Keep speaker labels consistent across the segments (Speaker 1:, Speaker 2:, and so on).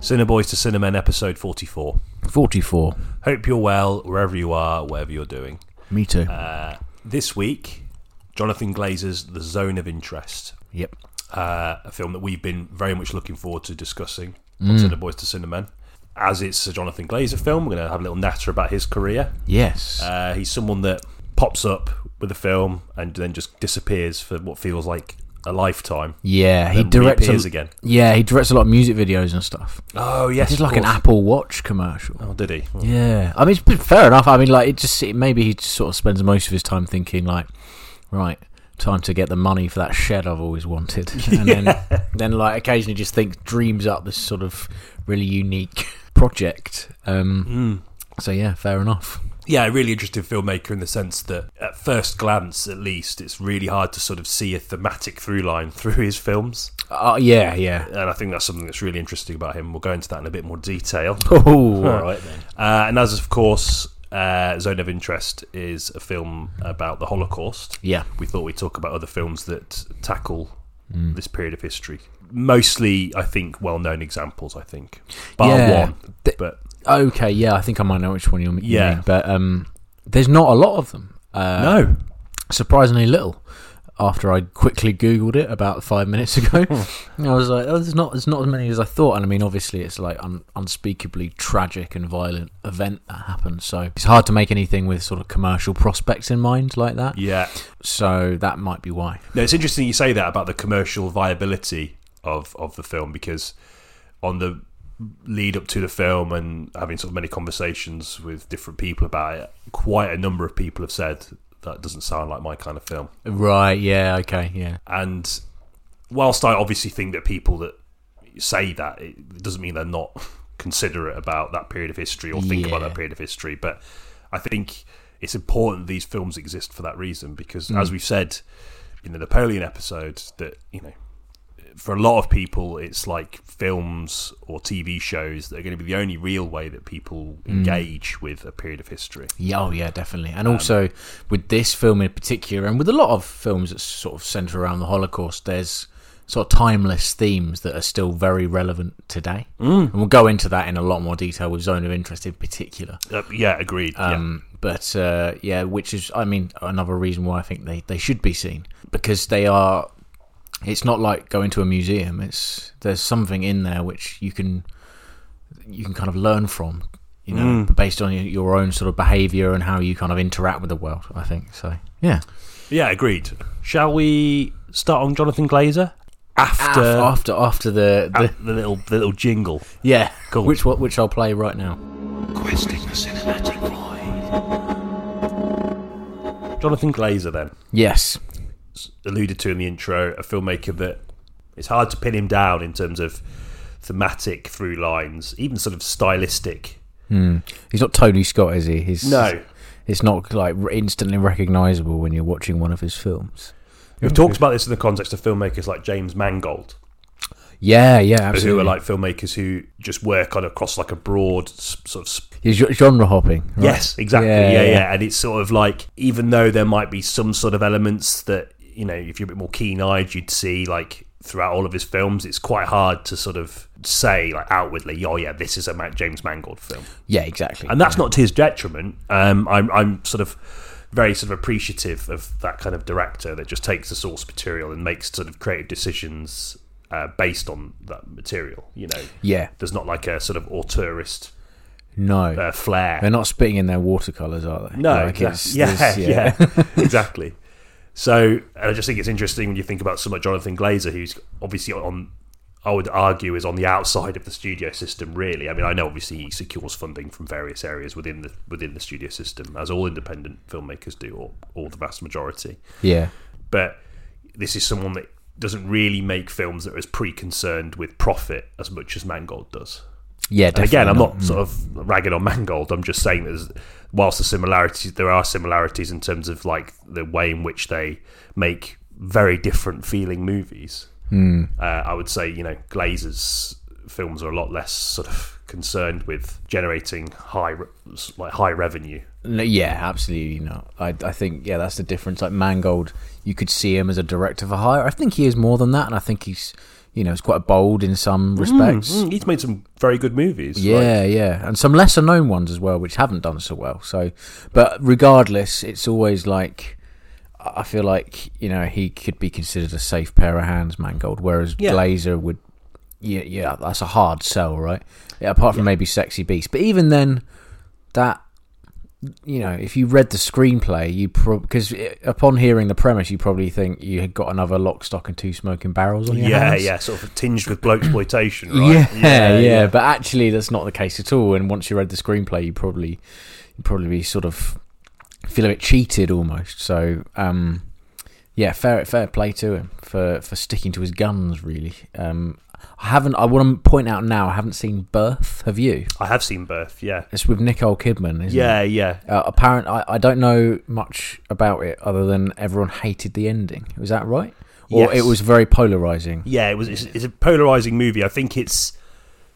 Speaker 1: Cineboys to Cinemen, episode 44.
Speaker 2: 44.
Speaker 1: Hope you're well, wherever you are, whatever you're doing.
Speaker 2: Me too.
Speaker 1: Uh, this week, Jonathan Glazer's The Zone of Interest,
Speaker 2: yep.
Speaker 1: uh, a film that we've been very much looking forward to discussing on
Speaker 2: Mm.
Speaker 1: Cineboys to Cinemen. As it's a Jonathan Glazer film, we're going to have a little natter about his career.
Speaker 2: Yes.
Speaker 1: Uh, he's someone that pops up with a film and then just disappears for what feels like a lifetime.
Speaker 2: yeah, he
Speaker 1: then
Speaker 2: directs.
Speaker 1: reappears
Speaker 2: a,
Speaker 1: again.
Speaker 2: Yeah, he directs a lot of music videos and stuff.
Speaker 1: Oh, yes.
Speaker 2: He's like an Apple Watch commercial.
Speaker 1: Oh, did he?
Speaker 2: Yeah, I mean, it's fair enough. I mean, like it just it, maybe he just sort of spends most of his time thinking like, right, time to get the money for that shed I've always wanted, and then then like occasionally just thinks dreams up this sort of really unique project. Um,
Speaker 1: Hmm.
Speaker 2: So yeah, fair enough.
Speaker 1: yeah, a really interesting filmmaker in the sense that, at first glance, at least, it's really hard to sort of see a thematic through line through his films.
Speaker 2: Uh, yeah, yeah.
Speaker 1: And I think that's something that's really interesting about him. We'll go into that in a bit more detail.
Speaker 2: Oh, all right then.
Speaker 1: Uh, and as of course, uh, Zone of Interest is a film about the Holocaust.
Speaker 2: Yeah.
Speaker 1: We thought we'd talk about other films that tackle
Speaker 2: Hmm.
Speaker 1: this period of history. Mostly, I think, well known examples, I think. Bar
Speaker 2: Yeah.
Speaker 1: one.
Speaker 2: Th-
Speaker 1: But
Speaker 2: Okay, yeah, I think I might know which one you mean.
Speaker 1: Yeah.
Speaker 2: Yeah, but um, there's not a lot of them. Uh,
Speaker 1: no.
Speaker 2: surprisingly little. After I quickly googled it about five minutes ago, And I was like, "Oh, there's not there's not as many as I thought." And I mean, obviously, it's like an unspeakably tragic and violent event that happened, so it's hard to make anything with sort of commercial prospects in mind like that.
Speaker 1: Yeah.
Speaker 2: So that might be why.
Speaker 1: No, it's interesting you say that about the commercial viability of of the film because on the lead up to the film and having sort of many conversations with different people about it, quite a number of people have said that doesn't sound like my kind of film.
Speaker 2: Right? Yeah. Okay. Yeah.
Speaker 1: And whilst I obviously think that people that say that it doesn't mean they're not considerate about that period of history or think about
Speaker 2: Yeah.
Speaker 1: that period of history, but I think it's important these films exist for that reason because,
Speaker 2: Mm.
Speaker 1: as we've said in the Napoleon episode, that you know. For a lot of people, it's like films or TV shows that are going to be the only real way that people
Speaker 2: Mm.
Speaker 1: engage with a period of history.
Speaker 2: Yeah, oh yeah, definitely. And also with this film in particular, and with a lot of films that sort of centre around the Holocaust, there's sort of timeless themes that are still very relevant today. Mm. And we'll go into that in a lot more detail with Zone of Interest in particular.
Speaker 1: Uh, yeah, agreed. yeah.
Speaker 2: Um, But uh, yeah, which is, I mean, another reason why I think they, they should be seen because they are. It's not like going to a museum. It's there's something in there which you can you can kind of learn from, you know,
Speaker 1: Mm.
Speaker 2: based on your- your own sort of behaviour and how you kind of interact with the world. I think so. Yeah.
Speaker 1: Yeah, agreed. Shall we start on Jonathan Glazer after Ah.
Speaker 2: after after the, the
Speaker 1: the little the little jingle?
Speaker 2: yeah,
Speaker 1: Cool.
Speaker 2: which what which I'll play right now.
Speaker 3: questing the cinematic void.
Speaker 1: Jonathan Glazer, then
Speaker 2: Yes.
Speaker 1: alluded to in the intro, a filmmaker that it's hard to pin him down in terms of thematic through lines, even sort of stylistic.
Speaker 2: He's not Tony Scott, is he? He's
Speaker 1: No.
Speaker 2: It's not like r- instantly recognisable when you're watching one of his films.
Speaker 1: We've talked about this in the context of filmmakers like James Mangold,
Speaker 2: Yeah, yeah, absolutely.
Speaker 1: who are like filmmakers who just work on across like a broad s- sort of sp-
Speaker 2: He's gen- genre hopping. right?
Speaker 1: Yes, exactly.
Speaker 2: Yeah,
Speaker 1: Yeah yeah,
Speaker 2: yeah.
Speaker 1: And it's sort of like, even though there might be some sort of elements that, you know, if you're a bit more keen eyed, you'd see like throughout all of his films, it's quite hard to sort of say like outwardly, oh yeah, this is a Ma- James Mangold film.
Speaker 2: Yeah, exactly.
Speaker 1: And that's not to his detriment. Um, I'm, I'm sort of very sort of appreciative of that kind of director that just takes the source material and makes sort of creative decisions uh, based on that material, you know.
Speaker 2: yeah,
Speaker 1: There's not like a sort of auteurist
Speaker 2: no,
Speaker 1: uh, flair.
Speaker 2: they're not spitting in their watercolors, are they?
Speaker 1: No,
Speaker 2: Like,
Speaker 1: exactly.
Speaker 2: it's-
Speaker 1: Yeah,
Speaker 2: there's-
Speaker 1: yeah, exactly. So, and I just think it's interesting when you think about someone like Jonathan Glazer, who's obviously on, I would argue, is on the outside of the studio system. Really, I mean, I know obviously he secures funding from various areas within the within the studio system, as all independent filmmakers do, or or the vast majority.
Speaker 2: yeah,
Speaker 1: But this is someone that doesn't really make films that are as pre-concerned with profit as much as Mangold does.
Speaker 2: yeah.
Speaker 1: And
Speaker 2: Definitely mm.
Speaker 1: again, I'm not sort of ragging on Mangold. I'm just saying that there's- whilst the similarities, there are similarities in terms of like the way in which they make very different feeling movies.
Speaker 2: Hmm.
Speaker 1: Uh, I would say, you know, Glazer's films are a lot less sort of concerned with generating high, re- like high revenue.
Speaker 2: No, yeah, absolutely not. I, I think yeah, that's the difference. Like Mangold, you could see him as a director for hire. I think he is more than that, and I think he's you know, it's quite bold in some respects.
Speaker 1: Mm, he's made some very good movies. like-
Speaker 2: Yeah, yeah, and some lesser known ones as well, which haven't done so well. So, but regardless, it's always like I feel like you know he could be considered a safe pair of hands, Mangold, whereas
Speaker 1: Yeah.
Speaker 2: Glazer would, yeah, yeah, that's a hard sell, right? Yeah, apart from maybe Sexy Beast, but even then, that you know, if you read the screenplay, you because upon hearing the premise, you probably think you had got another lock, stock, and two smoking barrels on your
Speaker 1: yeah,
Speaker 2: hands.
Speaker 1: yeah, sort of tinged with bloke exploitation, right?
Speaker 2: Yeah, yeah, But actually, that's not the case at all. And once you read the screenplay, you probably you probably be sort of feel a bit cheated almost. So, um, yeah, fair fair play to him for for sticking to his guns. Really, um, I haven't. I want to point out now. I haven't seen Birth. Have you?
Speaker 1: I have seen Birth. Yeah,
Speaker 2: It's with Nicole Kidman. Isn't
Speaker 1: yeah, yeah.
Speaker 2: It? Uh, apparent. I, I don't know much about it other than everyone hated the ending. Was that right? Or
Speaker 1: Yes.
Speaker 2: it was very polarizing.
Speaker 1: Yeah, it was. It's, it's a polarizing movie. I think it's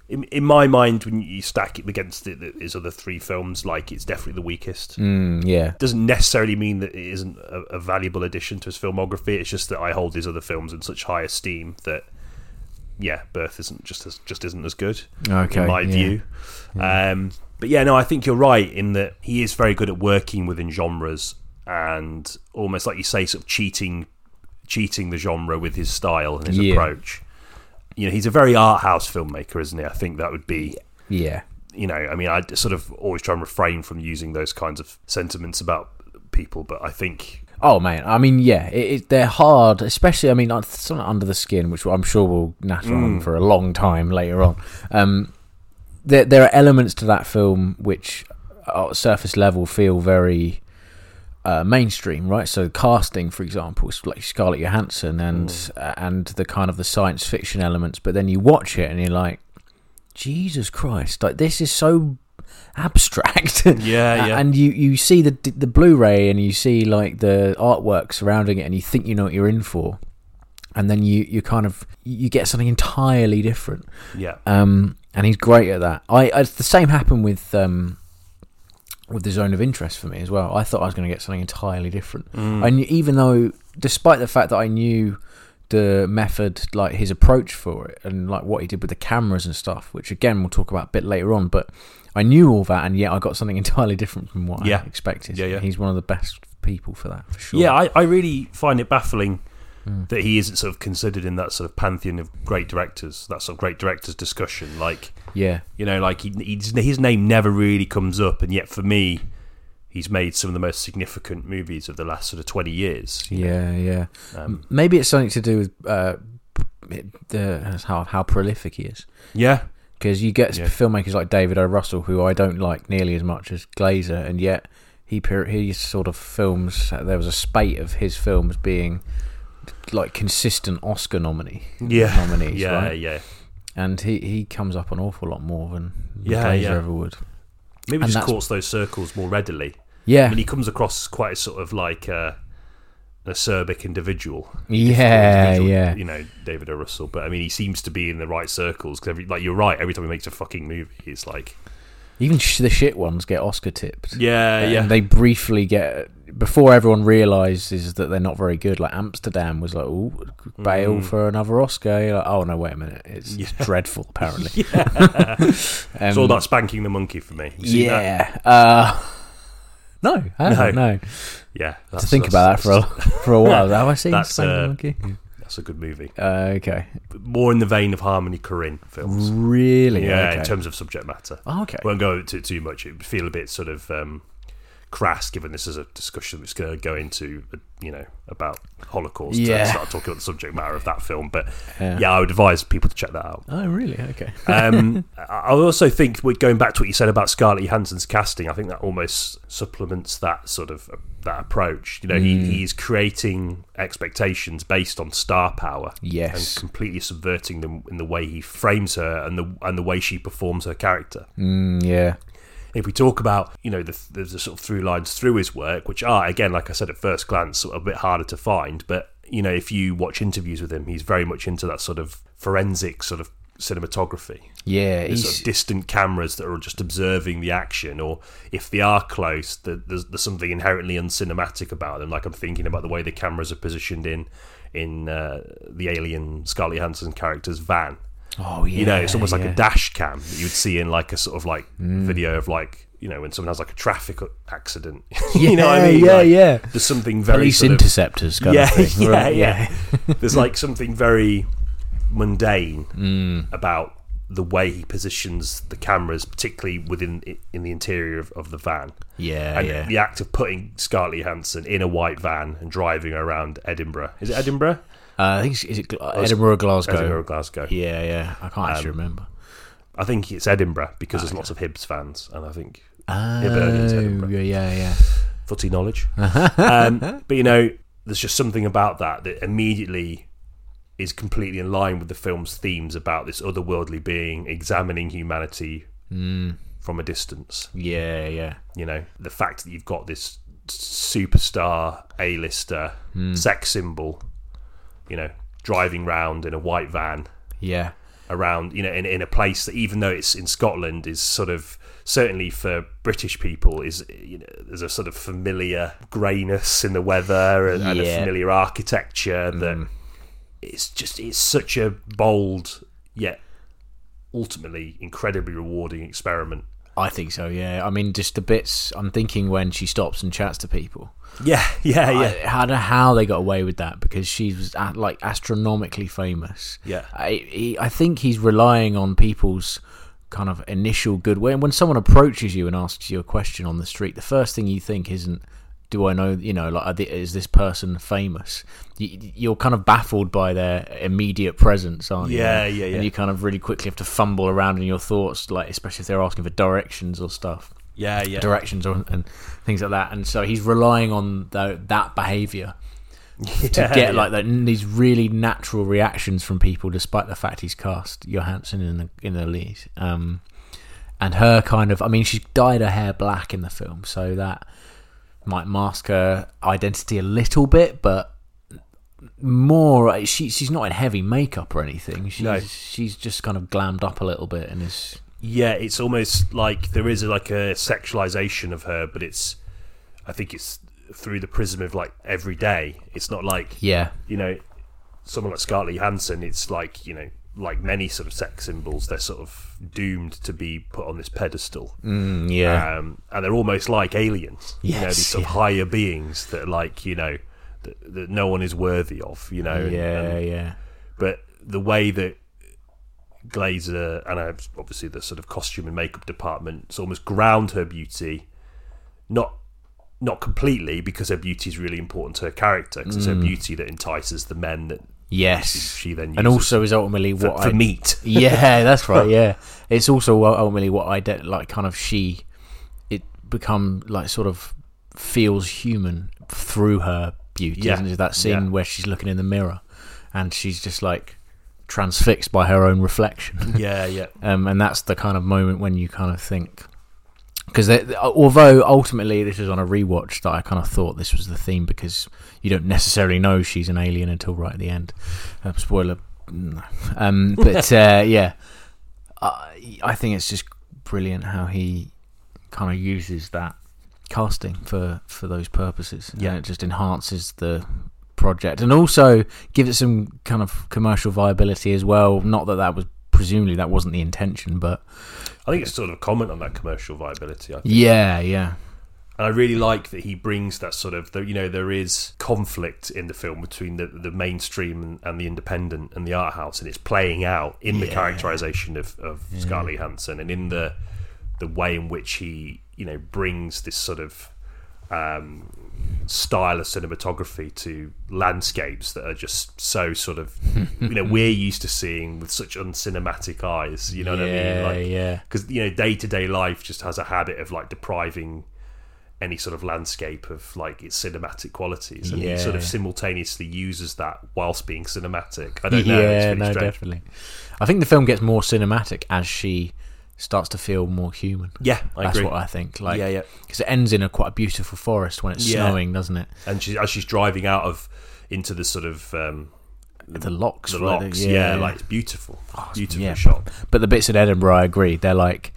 Speaker 1: in, in my mind when you stack it against it, his other three films, like it's definitely the weakest.
Speaker 2: Mm, yeah.
Speaker 1: Doesn't necessarily mean that it isn't a, a valuable addition to his filmography. It's just that I hold his other films in such high esteem that yeah, Birth isn't just as just isn't as good
Speaker 2: Okay,
Speaker 1: in my
Speaker 2: yeah.
Speaker 1: view. Um, but yeah, no, I think you're right in that he is very good at working within genres and almost like you say, sort of cheating, cheating the genre with his style and his
Speaker 2: Yeah.
Speaker 1: approach. You know, he's a very art house filmmaker, isn't he? I think that would be.
Speaker 2: Yeah.
Speaker 1: You know, I mean, I sort of always try and refrain from using those kinds of sentiments about people, but I think
Speaker 2: Oh man, I mean, yeah, it, it, they're hard, especially. I mean, uh, something under the skin, which I'm sure will natter on for a long time later on. Um, there, there are elements to that film which, at surface level, feel very uh, mainstream, right? So casting, for example, is like Scarlett Johansson and uh, and the kind of the science fiction elements. But then you watch it and you're like, Jesus Christ! Like this is so abstract.
Speaker 1: Yeah, yeah.
Speaker 2: And you you see the the Blu-ray and you see like the artwork surrounding it, and you think you know what you're in for, and then you you kind of you get something entirely different.
Speaker 1: yeah,
Speaker 2: Um, and he's great at that. I, I the same happened with um, with the zone of interest for me as well. I thought I was going to get something entirely different.
Speaker 1: Mm.
Speaker 2: I knew, even though, despite the fact that I knew the method, like his approach for it, and like what he did with the cameras and stuff, which again we'll talk about a bit later on, but. I knew all that, and yet I got something entirely different from what
Speaker 1: Yeah.
Speaker 2: I expected.
Speaker 1: Yeah, yeah.
Speaker 2: He's one of the best people for that, for sure.
Speaker 1: yeah. I, I really find it baffling.
Speaker 2: Hmm.
Speaker 1: That he isn't sort of considered in that sort of pantheon of great directors, that sort of great directors discussion. Like,
Speaker 2: yeah,
Speaker 1: You know, like he, he's, his name never really comes up, and yet for me, he's made some of the most significant movies of the last sort of twenty years. you know.
Speaker 2: yeah, Hmm. yeah.
Speaker 1: um,
Speaker 2: Maybe it's something to do with uh, the how how prolific he is.
Speaker 1: yeah,
Speaker 2: because you get
Speaker 1: Yeah.
Speaker 2: filmmakers like David O. Russell, who I don't like nearly as much as Glazer, and yet he per- he sort of films. There was a spate of his films being like consistent Oscar nominee
Speaker 1: yeah,
Speaker 2: nominees,
Speaker 1: yeah,
Speaker 2: right?
Speaker 1: yeah.
Speaker 2: and he he comes up an awful lot more than
Speaker 1: Yeah,
Speaker 2: Glazer
Speaker 1: yeah.
Speaker 2: ever would.
Speaker 1: Maybe
Speaker 2: And
Speaker 1: just
Speaker 2: that's-
Speaker 1: courts those circles more readily. I
Speaker 2: Yeah,
Speaker 1: mean, he comes across quite a sort of like uh, an acerbic individual.
Speaker 2: yeah,
Speaker 1: Individual,
Speaker 2: yeah,
Speaker 1: You know, David O. Russell, but I mean, he seems to be in the right circles because, like, you're right. Every time he makes a fucking movie, it's like,
Speaker 2: Even sh- the shit ones get Oscar tipped.
Speaker 1: yeah,
Speaker 2: and
Speaker 1: Uh, yeah,
Speaker 2: they briefly get before everyone realizes that they're not very good. Like Amsterdam was like, "Ooh, bail
Speaker 1: Mm.
Speaker 2: for another Oscar." You're like, oh no, wait a minute, it's, it's dreadful. Apparently, Um,
Speaker 1: it's all about spanking the monkey for me. You seen that?
Speaker 2: yeah. Uh, no, I haven't,
Speaker 1: No.
Speaker 2: no.
Speaker 1: yeah.
Speaker 2: To
Speaker 1: that's-
Speaker 2: think about that
Speaker 1: that's-
Speaker 2: for a, for a while. Have I seen
Speaker 1: That's,
Speaker 2: Spank the
Speaker 1: uh,
Speaker 2: Monkey?
Speaker 1: That's a good movie.
Speaker 2: Uh, okay,
Speaker 1: more in the vein of Harmony Korine films.
Speaker 2: really?
Speaker 1: Yeah,
Speaker 2: okay.
Speaker 1: in terms of subject matter.
Speaker 2: Oh, okay.
Speaker 1: Won't go into it too much. It would feel a bit sort of um, crass, given this is a discussion that's going to go into, uh, you know, about Holocaust. to
Speaker 2: Yeah.
Speaker 1: start talking about the subject matter of that film. But
Speaker 2: Yeah.
Speaker 1: yeah, I would advise people to check that out.
Speaker 2: oh, really? Okay.
Speaker 1: Um, I- I also think, we're going back to what you said about Scarlett Johansson's casting, I think that almost supplements that sort of uh, that approach. You know, he, he's creating expectations based on star power
Speaker 2: Yes.
Speaker 1: and completely subverting them in the way he frames her and the and the way she performs her character.
Speaker 2: Mm, yeah.
Speaker 1: If we talk about you know the the, the sort of through lines through his work, which are again like I said at first glance sort of a bit harder to find, but you know if you watch interviews with him, he's very much into that sort of forensic sort of cinematography
Speaker 2: Yeah.
Speaker 1: the sort of
Speaker 2: He's,
Speaker 1: distant cameras that are just observing the action, or if they are close, the, there's, there's something inherently uncinematic about them. Like I'm thinking about the way the cameras are positioned in in uh, the alien Scarlett Johansson character's van.
Speaker 2: Oh yeah,
Speaker 1: you know, it's almost like
Speaker 2: yeah. Mm.
Speaker 1: a dash cam that you'd see in like a sort of like video of like you know when someone has like a traffic accident. you know what
Speaker 2: Yeah,
Speaker 1: I mean?
Speaker 2: yeah,
Speaker 1: Like,
Speaker 2: yeah.
Speaker 1: There's something very
Speaker 2: police
Speaker 1: sort of-
Speaker 2: interceptors kind
Speaker 1: yeah,
Speaker 2: of thing.
Speaker 1: yeah,
Speaker 2: right?
Speaker 1: yeah. There's like something very mundane
Speaker 2: Mm,
Speaker 1: about the way he positions the cameras, particularly within in the interior of, of the van.
Speaker 2: yeah,
Speaker 1: And
Speaker 2: yeah.
Speaker 1: the act of putting Scarlett Johansson in a white van and driving her around Edinburgh. Is it Edinburgh?
Speaker 2: Uh, I think it's, is it Gl- Edinburgh or Glasgow?
Speaker 1: Edinburgh, Um, or Glasgow.
Speaker 2: Yeah, yeah. I can't actually remember.
Speaker 1: I think it's Edinburgh because there's lots of Hibs fans, and I think Berlin's
Speaker 2: Oh,
Speaker 1: Edinburgh.
Speaker 2: yeah, yeah, yeah.
Speaker 1: footy knowledge. um, but you know, there's just something about that that immediately is completely in line with the film's themes about this otherworldly being examining humanity from a distance.
Speaker 2: Yeah, yeah.
Speaker 1: You know, the fact that you've got this superstar, A-lister, sex symbol, you know, driving round in a white van
Speaker 2: Yeah.
Speaker 1: around you know in, in a place that even though it's in Scotland is sort of certainly for British people is you know there's a sort of familiar greyness in the weather and, and a
Speaker 2: Yeah.
Speaker 1: familiar architecture that it's just it's such a bold yet ultimately incredibly rewarding experiment
Speaker 2: I think so, yeah. I mean, just the bits I'm thinking when she stops and chats to people.
Speaker 1: yeah yeah yeah
Speaker 2: I, I don't know how they got away with that because she was a like astronomically famous.
Speaker 1: Yeah.
Speaker 2: I, he, I think he's relying on people's kind of initial goodwill. When someone approaches you and asks you a question on the street, the first thing you think isn't, "Do I know? You know, like are thi- is this person famous?" You, you're kind of baffled by their immediate presence, aren't
Speaker 1: Yeah,
Speaker 2: you?
Speaker 1: yeah, yeah.
Speaker 2: And you kind of really quickly have to fumble around in your thoughts, like especially if they're asking for directions or stuff
Speaker 1: yeah yeah
Speaker 2: directions or, and things like that. And so he's relying on tho- that behaviour to
Speaker 1: Yeah,
Speaker 2: get
Speaker 1: yeah.
Speaker 2: like that, these really natural reactions from people, despite the fact he's cast Johansson in the in the lead. Um, and her kind of, I mean, she dyed her hair black in the film, so that might mask her identity a little bit, but more she she's not in heavy makeup or anything. She's
Speaker 1: No.
Speaker 2: she's just kind of glammed up a little bit and is
Speaker 1: yeah it's almost like there is like a sexualization of her but it's I think it's through the prism of like every day it's not like
Speaker 2: yeah
Speaker 1: you know, someone like Scarlett Johansson, it's like you know, like many sort of sex symbols, they're sort of doomed to be put on this pedestal,
Speaker 2: Mm, yeah
Speaker 1: um, and they're almost like aliens. you know,
Speaker 2: Yes,
Speaker 1: these sort of
Speaker 2: yeah.
Speaker 1: higher beings that, are like you know, that, that no one is worthy of. You know, and-
Speaker 2: yeah
Speaker 1: and-
Speaker 2: yeah.
Speaker 1: but the way that Glazer and uh, obviously the sort of costume and makeup departments almost ground her beauty, not not completely because her beauty is really important to her character. 'cause
Speaker 2: Mm.
Speaker 1: it's her beauty that entices the men that
Speaker 2: Yes,
Speaker 1: she then
Speaker 2: and
Speaker 1: uses
Speaker 2: also is ultimately
Speaker 1: for,
Speaker 2: what
Speaker 1: for
Speaker 2: I
Speaker 1: meat.
Speaker 2: yeah, that's right. Yeah, it's also ul- ultimately what I de- like. Kind of she, it become like sort of feels human through her beauty.
Speaker 1: Yeah,
Speaker 2: Isn't it? That scene
Speaker 1: yeah.
Speaker 2: where she's looking in the mirror, and she's just like transfixed by her own reflection.
Speaker 1: Yeah, yeah,
Speaker 2: um, and that's the kind of moment when you kind of think. Because although ultimately this is on a rewatch that I kind of thought this was the theme because you don't necessarily know she's an alien until right at the end. Uh, spoiler, no. um, but uh, yeah, I, I think it's just brilliant how he kind of uses that casting for for those purposes.
Speaker 1: Yeah.
Speaker 2: and it just enhances the project and also gives it some kind of commercial viability as well. Not that that was presumably that wasn't the intention, but
Speaker 1: I think it's sort of a comment on that commercial viability. I think.
Speaker 2: yeah, yeah,
Speaker 1: And I really like that he brings that sort of, you know, there is conflict in the film between the, the mainstream and, and the independent and the art house, and it's playing out in the
Speaker 2: Yeah.
Speaker 1: characterization of, of Scarlett Johansson and in the the way in which he, you know, brings this sort of um, style of cinematography to landscapes that are just so sort of, you know, we're used to seeing with such uncinematic eyes. You know
Speaker 2: yeah,
Speaker 1: what I mean? Like,
Speaker 2: yeah.
Speaker 1: because you know day to day life just has a habit of like depriving any sort of landscape of like its cinematic qualities, and
Speaker 2: Yeah.
Speaker 1: he sort of simultaneously uses that whilst being cinematic. I don't know.
Speaker 2: yeah,
Speaker 1: it's really
Speaker 2: no,
Speaker 1: strange.
Speaker 2: definitely. I think the film gets more cinematic as she starts to feel more human.
Speaker 1: Yeah, I
Speaker 2: That's
Speaker 1: agree.
Speaker 2: what I think. Like,
Speaker 1: Yeah, yeah.
Speaker 2: Because it ends in a quite a beautiful forest when it's
Speaker 1: Yeah.
Speaker 2: snowing, doesn't it?
Speaker 1: And she, as she's driving out of into the sort of um,
Speaker 2: The locks,
Speaker 1: the
Speaker 2: right? Oh,
Speaker 1: locks, yeah, like it's beautiful, beautiful
Speaker 2: yeah.
Speaker 1: shot.
Speaker 2: But the bits in Edinburgh, I agree, they're like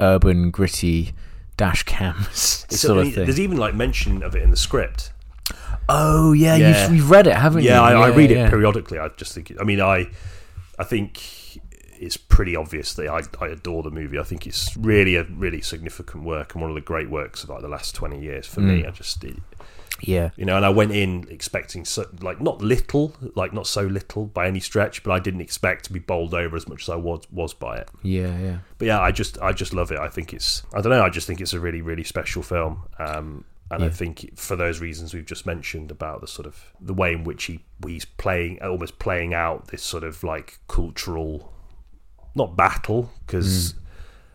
Speaker 2: urban, gritty dash cams
Speaker 1: It's-
Speaker 2: sort
Speaker 1: I
Speaker 2: of
Speaker 1: mean,
Speaker 2: thing.
Speaker 1: There's even like mention of it in the script.
Speaker 2: Oh yeah,
Speaker 1: Yeah.
Speaker 2: You've, you've read it, haven't
Speaker 1: yeah,
Speaker 2: you?
Speaker 1: I, I read it
Speaker 2: yeah.
Speaker 1: periodically. I just think, I mean, I, I think it's pretty obvious that I, I adore the movie. I think it's really a really significant work and one of the great works of like the last twenty years for me. I just, it,
Speaker 2: Yeah,
Speaker 1: you know, and I went in expecting so, like not little, like not so little by any stretch, but I didn't expect to be bowled over as much as I was was by it.
Speaker 2: yeah, yeah.
Speaker 1: But yeah, I just I just love it. I think it's I don't know. I just think it's a really really special film. Um, and I
Speaker 2: Yeah.
Speaker 1: think for those reasons we've just mentioned about the sort of the way in which he he's playing almost playing out this sort of like cultural not battle
Speaker 2: Mm.
Speaker 1: because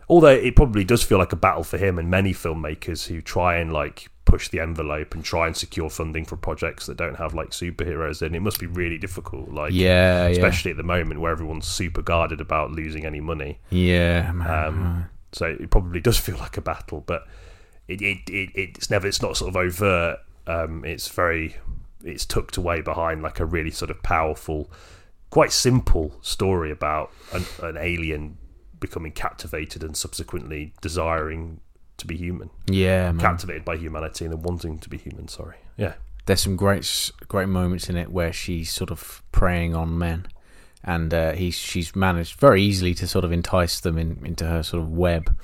Speaker 1: although it probably does feel like a battle for him and many filmmakers who try and like push the envelope and try and secure funding for projects that don't have like superheroes in it must be really difficult like
Speaker 2: Yeah, yeah.
Speaker 1: especially at the moment where everyone's super guarded about losing any money
Speaker 2: Yeah, man.
Speaker 1: um, so it probably does feel like a battle, but it, it, it it's never it's not sort of overt. Um, it's very it's tucked away behind like a really sort of powerful, quite simple story about an, an alien becoming captivated and subsequently desiring to be human,
Speaker 2: yeah, man.
Speaker 1: captivated by humanity and then wanting to be human. Sorry, Mm. yeah,
Speaker 2: There's some great, s- great moments in it where she's sort of preying on men, and uh, he's she's managed very easily to sort of entice them in, into her sort of web.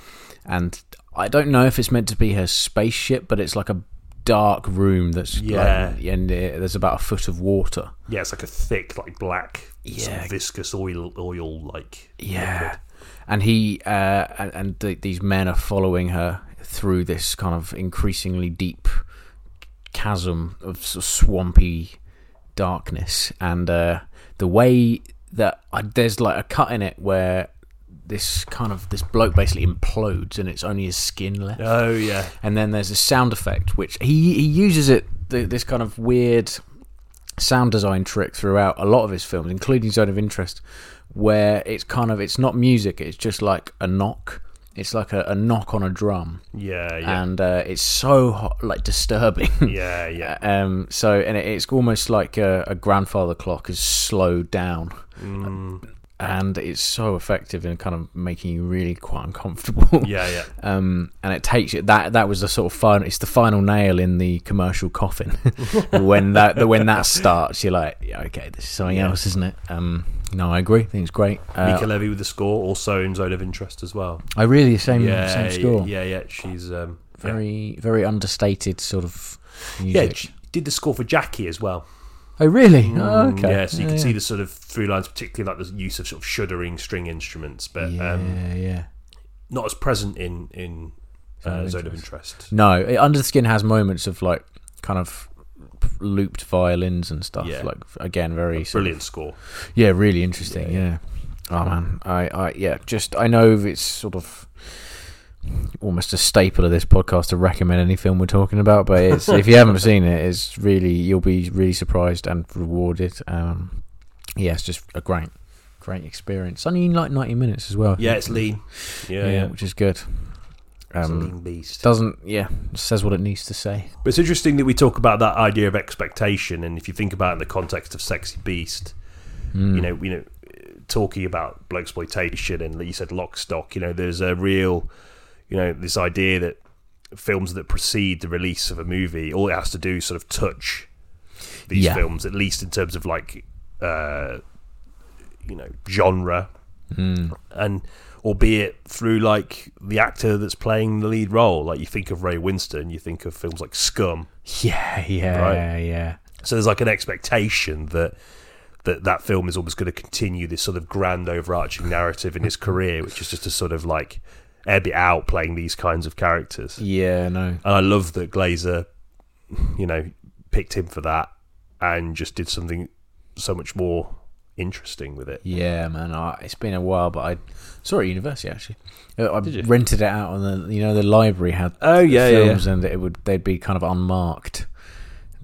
Speaker 2: And I don't know if it's meant to be her spaceship, but it's like a dark room that's like-
Speaker 1: Yeah.
Speaker 2: and uh, there's about a foot of water.
Speaker 1: yeah. It's like a thick, like black, sort of
Speaker 2: Yeah.
Speaker 1: viscous oil, oil like.
Speaker 2: Yeah, and he uh, and, and th- these men are following her through this kind of increasingly deep chasm of, s swampy darkness, and uh, the way that I, there's like a cut in it where this kind of this bloke basically implodes, and it's only his skin left
Speaker 1: Oh yeah,
Speaker 2: and then there's a sound effect which he, he uses it th this kind of weird sound design trick throughout a lot of his films including zone of interest where it's kind of it's not music it's just like a knock it's like a, a knock on a drum
Speaker 1: yeah, yeah,
Speaker 2: and uh, it's so ho- like disturbing
Speaker 1: yeah, yeah.
Speaker 2: um so and it, it's almost like a, a grandfather clock is slowed down
Speaker 1: Mm,
Speaker 2: and it's so effective in kind of making you really quite uncomfortable
Speaker 1: Yeah, yeah.
Speaker 2: um, and it takes it that that was the sort of final it's the final nail in the commercial coffin when that the, when that starts you're like yeah, okay this is something else isn't it um, no I agree I think it's great uh,
Speaker 1: Mika Levy with the score, also in Zone of Interest as well.
Speaker 2: I really same same score
Speaker 1: yeah, yeah. She's um,
Speaker 2: very very understated sort of
Speaker 1: yeah.
Speaker 2: music
Speaker 1: yeah. She did the score for Jackie as well. Mm,
Speaker 2: oh really oh, okay
Speaker 1: Yeah, so you can see the sort of through lines, particularly like the use of sort of shuddering string instruments, but
Speaker 2: yeah
Speaker 1: um,
Speaker 2: yeah
Speaker 1: not as present in in uh, Zone of Interest.
Speaker 2: no it, Under the Skin has moments of like kind of looped violins and stuff
Speaker 1: Yeah.
Speaker 2: like again very sort of-
Speaker 1: Brilliant score.
Speaker 2: Yeah, really interesting. Yeah. Oh man, I, I, yeah, just I know it's sort of almost a staple of this podcast to recommend any film we're talking about, but it's, if you haven't seen it, it's really you'll be really surprised and rewarded. Um, yeah, it's just a great, great experience. It's Only like ninety minutes as well.
Speaker 1: Yeah, it's lean. Yeah,
Speaker 2: yeah,
Speaker 1: yeah.
Speaker 2: which is good.
Speaker 1: It's a
Speaker 2: Um,
Speaker 1: lean beast.
Speaker 2: doesn't yeah says what it needs to say.
Speaker 1: But it's interesting that we talk about that idea of expectation, and if you think about it in the context of Sexy Beast,
Speaker 2: Mm.
Speaker 1: you
Speaker 2: Hmm.
Speaker 1: know, you know, talking about bloke exploitation and you said lock stock, you know, there's a real, you know, this idea that films that precede the release of a movie, all it has to do is sort of touch these
Speaker 2: Yeah.
Speaker 1: films, at least in terms of like, uh, you know, genre,
Speaker 2: Mm.
Speaker 1: and albeit through like the actor that's playing the lead role, like you think of Ray Winston, you think of films like Scum,
Speaker 2: Yeah, yeah,
Speaker 1: Right.
Speaker 2: yeah,
Speaker 1: so there's like an expectation that that that film is almost going to continue this sort of grand overarching narrative in his career, which is just a sort of like ebb it out playing these kinds of characters.
Speaker 2: yeah. No,
Speaker 1: And I love that Glazer, you know, picked him for that and just did something so much more interesting with it.
Speaker 2: Yeah, man. I, it's been a while, but I saw it at university actually. Uh, I rented it out on the you know the library had
Speaker 1: Oh, yeah, yeah,
Speaker 2: films and it would they'd be kind of unmarked,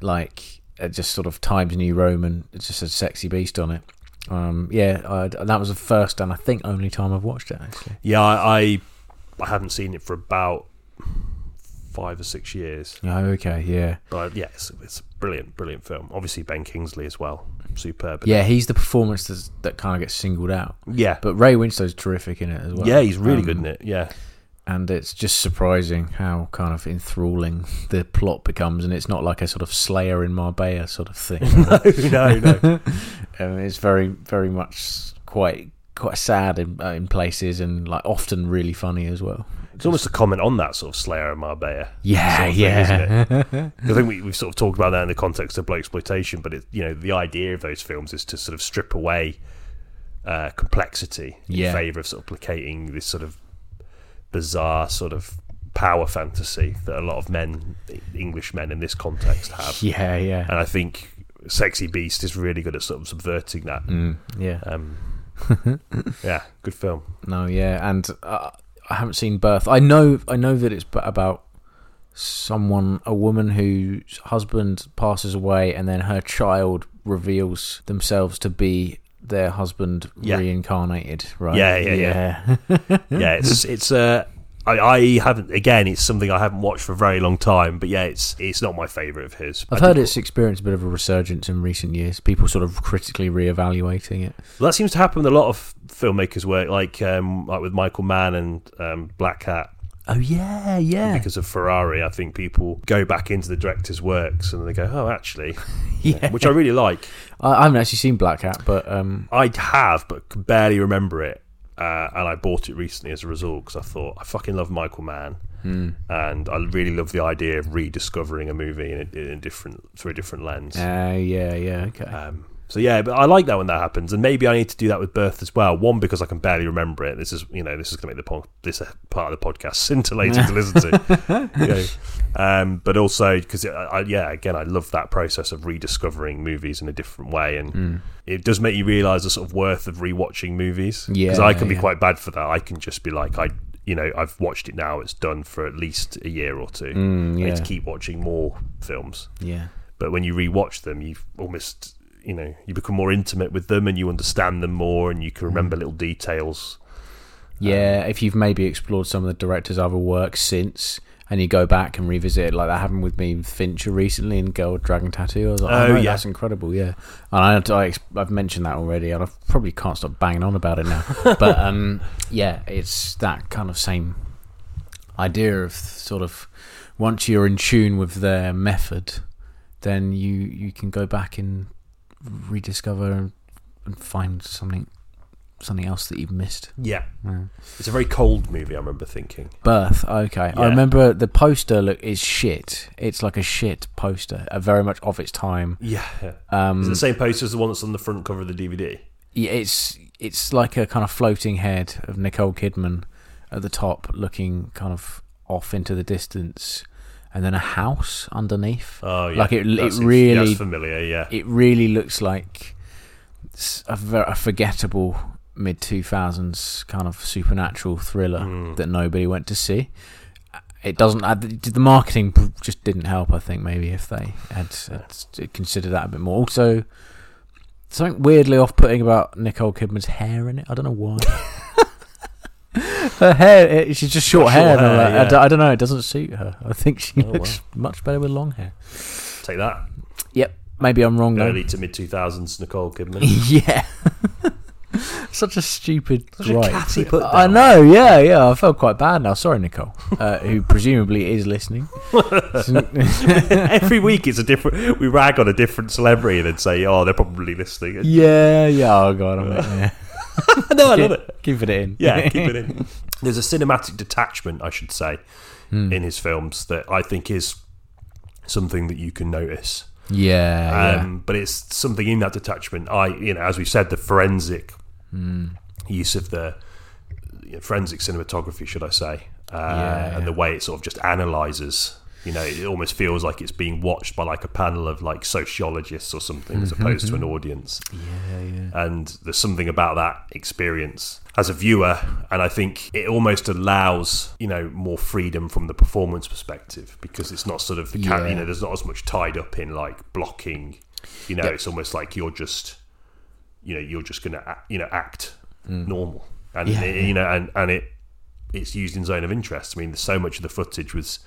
Speaker 2: like uh, just sort of Times New Roman. It just said "Sexy Beast" on it. Um, yeah, I, that was the first and I think only time I've watched it actually.
Speaker 1: Yeah, I I, I haven't seen it for about five or six years.
Speaker 2: Oh, okay, yeah,
Speaker 1: But yeah, it's, it's a brilliant, brilliant film. Obviously Ben Kingsley as well. Superb.
Speaker 2: yeah. He's the performance that's, that kind of gets singled out,
Speaker 1: Yeah.
Speaker 2: but Ray Winstow's terrific in it as well.
Speaker 1: yeah, he's really
Speaker 2: Um,
Speaker 1: good in it. Yeah.
Speaker 2: and it's just surprising how kind of enthralling the plot becomes, and it's not like a sort of Slayer in Marbella sort of thing.
Speaker 1: no, no, no.
Speaker 2: um, it's very, very much quite quite sad in, uh, in places, and like often really funny as well.
Speaker 1: It's almost a comment on that sort of Slayer and Marbella.
Speaker 2: Yeah,
Speaker 1: sort of thing,
Speaker 2: yeah.
Speaker 1: I think we, we've sort of talked about that in the context of blaxploitation, exploitation, but it, you know the idea of those films is to sort of strip away uh, complexity in
Speaker 2: Yeah.
Speaker 1: favor of sort of placating this sort of bizarre sort of power fantasy that a lot of men, English men in this context, have.
Speaker 2: yeah, yeah,
Speaker 1: And I think Sexy Beast is really good at sort of subverting that.
Speaker 2: mm, yeah.
Speaker 1: Um, yeah, good film.
Speaker 2: No, yeah, and uh, I haven't seen Birth. I know, I know that it's b- about someone, a woman whose husband passes away, and then her child reveals themselves to be their husband
Speaker 1: Yeah.
Speaker 2: reincarnated. Right?
Speaker 1: Yeah, yeah,
Speaker 2: yeah.
Speaker 1: yeah, it's it's uh, I, I haven't again. It's something I haven't watched for a very long time, but yeah, it's it's not my favourite of his.
Speaker 2: I've
Speaker 1: I
Speaker 2: heard
Speaker 1: did-
Speaker 2: it's experienced a bit of a resurgence in recent years. People sort of critically reevaluating it.
Speaker 1: that seems to happen with a lot of filmmakers' work, like um, like with Michael Mann and um, Black Hat.
Speaker 2: Oh yeah, yeah,
Speaker 1: Because of Ferrari, I think people go back into the director's works and they go, "Oh, actually,"
Speaker 2: yeah.
Speaker 1: which I really like.
Speaker 2: I, I haven't actually seen Black Hat, but um,
Speaker 1: I have, but can barely remember it. Uh, and I bought it recently as a result because I thought I fucking love Michael Mann,
Speaker 2: Hmm.
Speaker 1: and I really love the idea of rediscovering a movie in a, in a different through a different lens.
Speaker 2: uh, yeah, yeah, okay.
Speaker 1: Um, so yeah, but I like that when that happens, and maybe I need to do that with Birth as well. One because I can barely remember it. This is you know this is going to make the po- this uh, part of the podcast scintillating to listen to. You know. um, but also because I, I, yeah, again, I love that process of rediscovering movies in a different way, and
Speaker 2: Hmm.
Speaker 1: it does make you realise the sort of worth of rewatching movies. because I
Speaker 2: Yeah,
Speaker 1: can be
Speaker 2: yeah.
Speaker 1: quite bad for that. I can just be like I. You know, I've watched it now. It's done for at least a year or two. I need
Speaker 2: Hmm, yeah.
Speaker 1: to keep watching more films
Speaker 2: yeah.
Speaker 1: but when you rewatch them you almost you know you become more intimate with them and you understand them more and you can remember
Speaker 2: Mm.
Speaker 1: little details
Speaker 2: Yeah,
Speaker 1: Um,
Speaker 2: if you've maybe explored some of the director's other work since, and you go back and revisit it, like that happened with me with Fincher recently in Girl with Dragon Tattoo. I was like, oh,
Speaker 1: Oh,
Speaker 2: no,
Speaker 1: yeah.
Speaker 2: that's incredible, yeah. And I, I, ex- I've mentioned that already, and I probably can't stop banging on about it now. but um, yeah, it's that kind of same idea of sort of once you're in tune with their method, then you you can go back and rediscover and, and find something something else that you've missed.
Speaker 1: yeah
Speaker 2: Yeah.
Speaker 1: it's a very cold movie i remember thinking
Speaker 2: Birth. Okay, I
Speaker 1: Yeah.
Speaker 2: remember the poster. Look, is shit. It's like a shit poster, uh, very much of its time.
Speaker 1: yeah
Speaker 2: Um,
Speaker 1: it's the same poster as the one that's on the front cover of the dvd
Speaker 2: yeah, it's it's like a kind of floating head of Nicole Kidman at the top, looking kind of off into the distance, and then a house underneath.
Speaker 1: oh yeah
Speaker 2: Like, it- it
Speaker 1: That seems-
Speaker 2: really-
Speaker 1: yeah, it's familiar yeah
Speaker 2: It really looks like s- a, ver- a forgettable mid two thousands kind of supernatural thriller
Speaker 1: Mm.
Speaker 2: that nobody went to see. It doesn't. uh, The the marketing p- just didn't help. I think maybe if they had, had considered that a bit more. Also, something weirdly off-putting about Nicole Kidman's hair in it. I don't know why. her hair. It, she's just short,
Speaker 1: Short
Speaker 2: hair. and all
Speaker 1: hair,
Speaker 2: that. I,
Speaker 1: yeah.
Speaker 2: d- I don't know. It doesn't suit her. I think she
Speaker 1: Oh,
Speaker 2: looks much better with long hair.
Speaker 1: take that
Speaker 2: Maybe I'm wrong though.
Speaker 1: early to mid 2000s nicole kidman
Speaker 2: yeah. Such a stupid
Speaker 1: Such a
Speaker 2: right.
Speaker 1: catty put
Speaker 2: I
Speaker 1: down.
Speaker 2: know, yeah, yeah. I felt quite bad now. Sorry, Nicole, uh, who presumably is listening.
Speaker 1: every week it's a different we rag on a different celebrity and then say oh they're probably listening
Speaker 2: yeah, yeah. Oh god, I'm yeah.
Speaker 1: no i love it
Speaker 2: Keep it in.
Speaker 1: Yeah, keep it in. There's a cinematic detachment, I should say,
Speaker 2: Hmm.
Speaker 1: in his films that I think is something that you can notice.
Speaker 2: Oh, yeah, yeah.
Speaker 1: Um, But it's something in that detachment. I, you know, as we said, the forensic
Speaker 2: Hmm.
Speaker 1: use of the you know, forensic cinematography, should I say, uh,
Speaker 2: Yeah,
Speaker 1: and
Speaker 2: yeah.
Speaker 1: the way it sort of just analyzes. You know, it almost feels like it's being watched by like a panel of like sociologists or something,
Speaker 2: Mm-hmm,
Speaker 1: as opposed to an audience
Speaker 2: yeah, yeah.
Speaker 1: and there's something about that experience as a viewer and i think it almost allows you know more freedom from the performance perspective because it's not sort of the ca-
Speaker 2: Yeah.
Speaker 1: you know there's not as much tied up in like blocking you know
Speaker 2: Yeah.
Speaker 1: it's almost like you're just you know you're just gonna act, you know act normal and
Speaker 2: Mm. Yeah,
Speaker 1: it- you know and and it it's used in zone of interest i mean so much of the footage was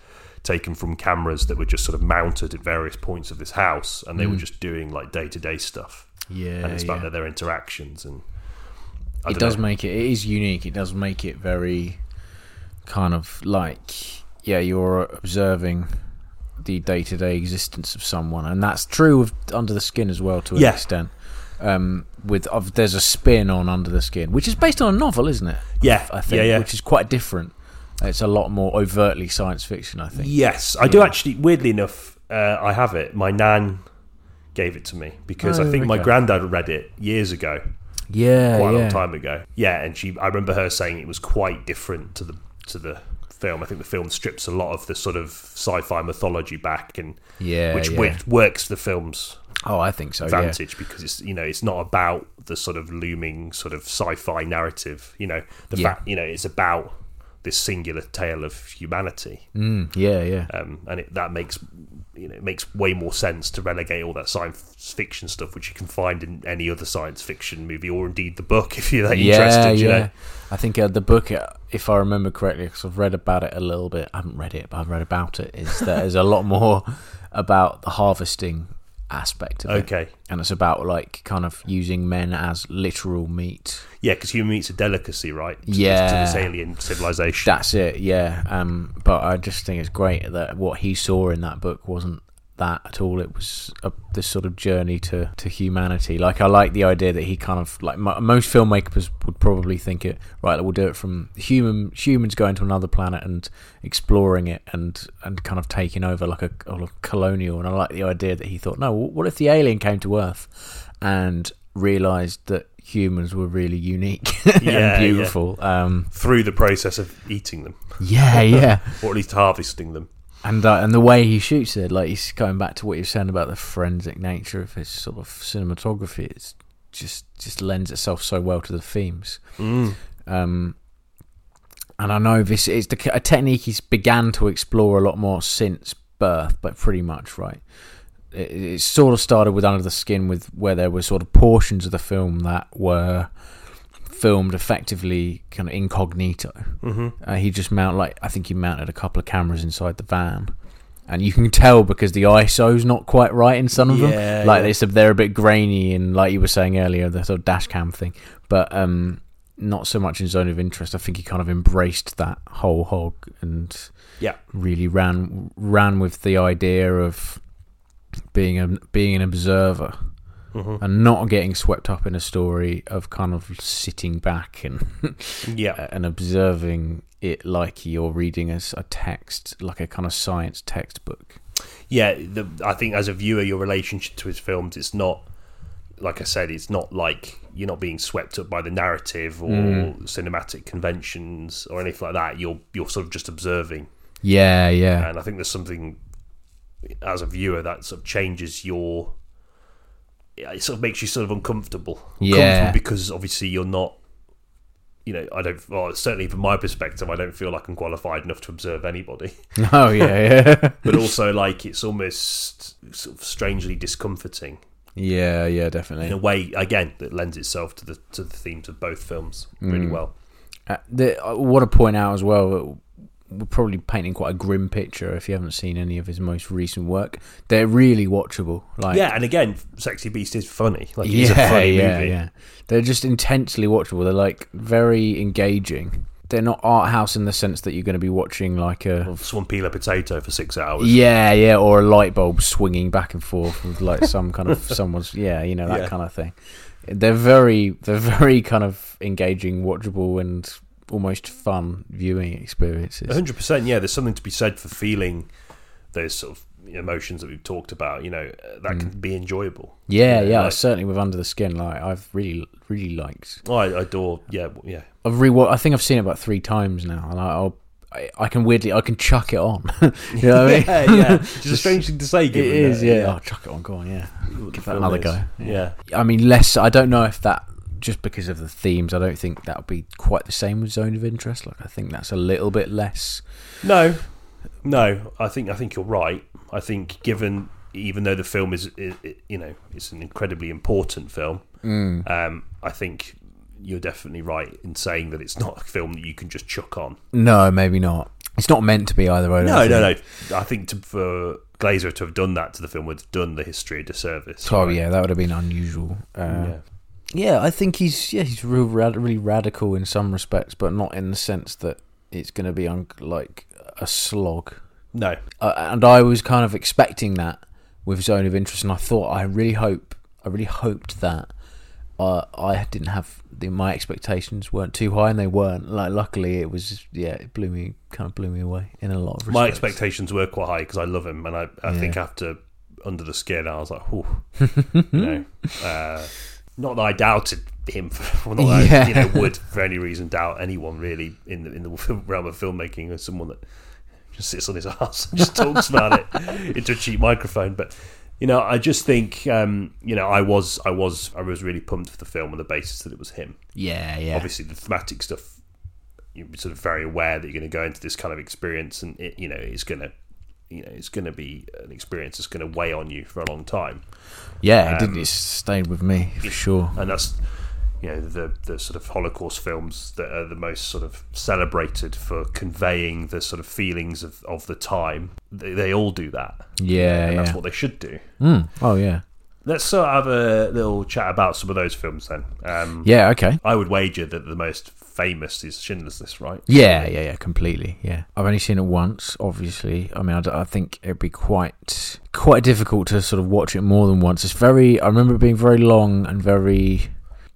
Speaker 1: taken from cameras that were just sort of mounted at various points of this house and they
Speaker 2: Mm.
Speaker 1: were just doing like day-to-day stuff
Speaker 2: yeah,
Speaker 1: and it's
Speaker 2: yeah.
Speaker 1: about their interactions and I
Speaker 2: it
Speaker 1: don't
Speaker 2: does
Speaker 1: know.
Speaker 2: make it. It is unique. It does make it very kind of like yeah, you're observing the day to day existence of someone, and that's true of Under the Skin as well to an
Speaker 1: Yeah.
Speaker 2: extent. Um, with of, there's a spin on Under the Skin, which is based on a novel, isn't it?
Speaker 1: Yeah,
Speaker 2: I think,
Speaker 1: yeah, yeah.
Speaker 2: which is quite different. It's a lot more overtly science fiction, I think.
Speaker 1: Yes, I do actually. Weirdly enough, uh, I have it. My nan gave it to me because I
Speaker 2: Oh,
Speaker 1: think my
Speaker 2: okay.
Speaker 1: granddad read it years ago,
Speaker 2: Yeah,
Speaker 1: quite a
Speaker 2: yeah.
Speaker 1: long time ago. Yeah, and she, I remember her saying it was quite different to the to the film. I think the film strips a lot of the sort of sci-fi mythology back, and
Speaker 2: Yeah,
Speaker 1: which
Speaker 2: yeah.
Speaker 1: which works the film's
Speaker 2: Oh, I think so. Yeah.
Speaker 1: advantage because it's you know it's not about the sort of looming sort of sci-fi narrative. You know the
Speaker 2: Yeah.
Speaker 1: fact you know it's about this singular tale of humanity
Speaker 2: Mm, yeah, yeah.
Speaker 1: um, and it, that makes you know it makes way more sense to relegate all that science fiction stuff, which you can find in any other science fiction movie or indeed the book if you're that interested. You know,
Speaker 2: I think uh, the book, uh, if I remember correctly, because I've read about it a little bit. I haven't read it, but I've read about it. Is that there's a lot more about the harvesting aspect of it,
Speaker 1: okay,
Speaker 2: and it's about like kind of using men as literal meat.
Speaker 1: yeah, because human meat's a delicacy, right? To this- to
Speaker 2: Yeah.
Speaker 1: this alien civilization.
Speaker 2: That's it, yeah. Um, but I just think it's great that what he saw in that book wasn't that at all. It was a, this sort of journey to, to humanity. Like I like the idea that he kind of like mo most filmmakers would probably think it right. We'll do it from human humans going to another planet and exploring it and and kind of taking over like a, a colonial. And I like the idea that he thought, no, what if the alien came to Earth and realized that humans were really unique
Speaker 1: Yeah, yeah.
Speaker 2: and beautiful um
Speaker 1: through the process of eating them,
Speaker 2: yeah yeah
Speaker 1: or at least harvesting them.
Speaker 2: and uh, and the way he shoots it, like he's going back to what you were saying about the forensic nature of his sort of cinematography. It's just just lends itself so well to the themes.
Speaker 1: Mm.
Speaker 2: Um, and I know this is the, a technique he's began to explore a lot more since birth, but pretty much right. It, it sort of started with Under the Skin, with where there were sort of portions of the film that were filmed effectively kind of incognito.
Speaker 1: hmm
Speaker 2: Uh, he just mount like I think he mounted a couple of cameras inside the van, and you can tell because the ISO's not quite right in some of
Speaker 1: Yeah,
Speaker 2: them. Like
Speaker 1: yeah.
Speaker 2: they said, they're a bit grainy, and like you were saying earlier, the sort of dash cam thing, but um, not so much in Zone of Interest. I think he kind of embraced that whole hog and
Speaker 1: Yeah.
Speaker 2: really ran ran with the idea of being a being an observer
Speaker 1: hmm
Speaker 2: and not getting swept up in a story of kind of sitting back and
Speaker 1: Yeah,
Speaker 2: and observing it like you're reading a, s- a text, like a kind of science textbook.
Speaker 1: yeah. The, I think as a viewer, your relationship to his films, it's not like I said, it's not like you're not being swept up by the narrative or
Speaker 2: Mm.
Speaker 1: cinematic conventions or anything like that. You're you're sort of just observing,
Speaker 2: Yeah, yeah,
Speaker 1: and I think there's something as a viewer that sort of changes your. It sort of makes you sort of uncomfortable,
Speaker 2: Yeah.
Speaker 1: Uncomfortable because obviously you're not. You know, I don't. Well, certainly from my perspective, I don't feel like I'm qualified enough to observe anybody.
Speaker 2: oh yeah, yeah,
Speaker 1: But also, like it's almost sort of strangely discomforting
Speaker 2: yeah, yeah,
Speaker 1: in a
Speaker 2: definitely.
Speaker 1: way again that lends itself to the to the themes of both films really well.
Speaker 2: Uh, the, I want to point out as well. that We're probably painting quite a grim picture if you haven't seen any of his most recent work. They're really watchable. Like,
Speaker 1: yeah, and again, Sexy Beast is funny. Like it's
Speaker 2: yeah,
Speaker 1: a funny
Speaker 2: yeah,
Speaker 1: movie.
Speaker 2: yeah. They're just intensely watchable. They're like very engaging. They're not art house in the sense that you're going to be watching like a
Speaker 1: Swan peel a potato for six hours.
Speaker 2: Yeah, yeah, or a light bulb swinging back and forth with like some kind of someone's yeah, you know that
Speaker 1: Yeah.
Speaker 2: kind of thing. They're very, they're very kind of engaging, watchable, and almost fun viewing experiences.
Speaker 1: hundred percent. Yeah, there's something to be said for feeling those sort of emotions that we've talked about. You know, uh, that
Speaker 2: Mm.
Speaker 1: can be enjoyable.
Speaker 2: Yeah, yeah,
Speaker 1: like-
Speaker 2: certainly with Under the Skin, like I've really, really liked.
Speaker 1: Oh, I adore. Yeah, w- yeah.
Speaker 2: I've rewa I think I've seen it about three times now, and I, I'll, I, I can weirdly, I can chuck it on. you know what I mean?
Speaker 1: yeah, yeah. Which is a strange thing to say.
Speaker 2: It
Speaker 1: Given
Speaker 2: is,
Speaker 1: that,
Speaker 2: yeah.
Speaker 1: you
Speaker 2: Oh,
Speaker 1: know,
Speaker 2: chuck it on, go on, yeah.
Speaker 1: what the
Speaker 2: Give that
Speaker 1: film
Speaker 2: another
Speaker 1: is.
Speaker 2: go.
Speaker 1: Yeah.
Speaker 2: I mean, less. I don't know if that just because of the themes. I don't think that would be quite the same with Zone of Interest. Like, I think that's a little bit less.
Speaker 1: No, no. I think I think you're right. I think given even though the film is, i i you know it's an incredibly important film, um, I think you're definitely right in saying that it's not a film that you can just chuck on.
Speaker 2: No, maybe not. It's not meant to be either. I don't
Speaker 1: No,
Speaker 2: think.
Speaker 1: no, no. I think to, for Glazer to have done that to the film would have done the history a disservice.
Speaker 2: Oh
Speaker 1: Right.
Speaker 2: yeah, that would have been unusual. Uh,
Speaker 1: Yeah.
Speaker 2: yeah. I think he's yeah he's real rad- really radical in some respects, but not in the sense that it's going to be un- like a slog.
Speaker 1: No,
Speaker 2: Uh, and I was kind of expecting that with Zone of Interest, and I thought I really hope I really hoped that uh, I didn't have the, my expectations weren't too high, and they weren't. Like luckily, it was yeah, it blew me kind of blew me away in a lot of respects.
Speaker 1: my expectations were quite high because I love him, and I, I think after Under the Skin, I was like, "Whew," you know, uh, not that I doubted him, for, well, not that I, you
Speaker 2: Yeah.
Speaker 1: know, would for any reason doubt anyone really in the in the realm of filmmaking as someone that just sits on his ass and just talks about it into a cheap microphone, but. You know, I just think um, you know I was I was I was really pumped for the film on the basis that it was him
Speaker 2: Yeah, yeah,
Speaker 1: obviously the thematic stuff you're sort of very aware that you're going to go into this kind of experience and it you know it's going to you know it's going to be an experience that's going to weigh on you for a long time
Speaker 2: yeah. It,
Speaker 1: Um,
Speaker 2: did, it stayed with me for sure.
Speaker 1: and that's you know the the sort of holocaust films that are the most sort of celebrated for conveying the sort of feelings of, of the time they, they all do that
Speaker 2: Yeah,
Speaker 1: and that's
Speaker 2: yeah.
Speaker 1: what they should do
Speaker 2: Mm. Oh yeah,
Speaker 1: let's sort of have a little chat about some of those films then um
Speaker 2: yeah. Okay.
Speaker 1: i would wager that the most famous is schindler's list right
Speaker 2: Yeah, yeah, yeah, completely. Yeah, I've only seen it once. Obviously, I mean, I, d- I think it'd be quite quite difficult to sort of watch it more than once. It's very. I remember it being very long and very.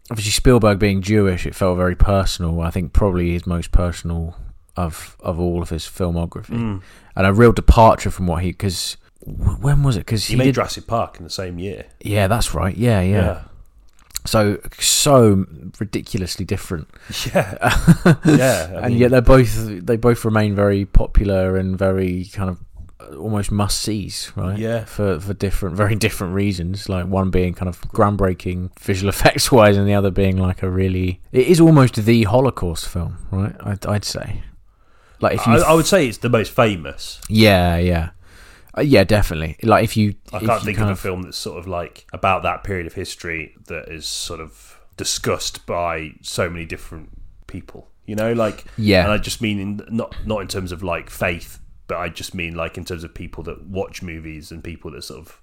Speaker 2: Obviously, Spielberg being Jewish, it felt very personal. I think probably his most personal of of all of his filmography,
Speaker 1: Mm.
Speaker 2: and a real departure from what he because when was it? Because
Speaker 1: He,
Speaker 2: he,
Speaker 1: made
Speaker 2: did.
Speaker 1: Jurassic Park in the same year.
Speaker 2: yeah, that's right. Yeah, yeah. So so ridiculously different.
Speaker 1: yeah, yeah. I
Speaker 2: and
Speaker 1: mean,
Speaker 2: yet they're both they both remain very popular and very kind of uh, almost must sees, right?
Speaker 1: Yeah.
Speaker 2: For for different, very different reasons. Like one being kind of groundbreaking visual effects wise, and the other being like a really it is almost the Holocaust film, right? I'd, I'd say. Like if you,
Speaker 1: I, I would say it's the most famous.
Speaker 2: yeah, yeah, uh, yeah, definitely. Like if you,
Speaker 1: I
Speaker 2: if
Speaker 1: can't
Speaker 2: you
Speaker 1: think of
Speaker 2: kind
Speaker 1: a film that's sort of like about that period of history that is sort of discussed by so many different people. You know, like
Speaker 2: Yeah.
Speaker 1: And I just mean in, not not in terms of like faith, but I just mean like in terms of people that watch movies and people that sort of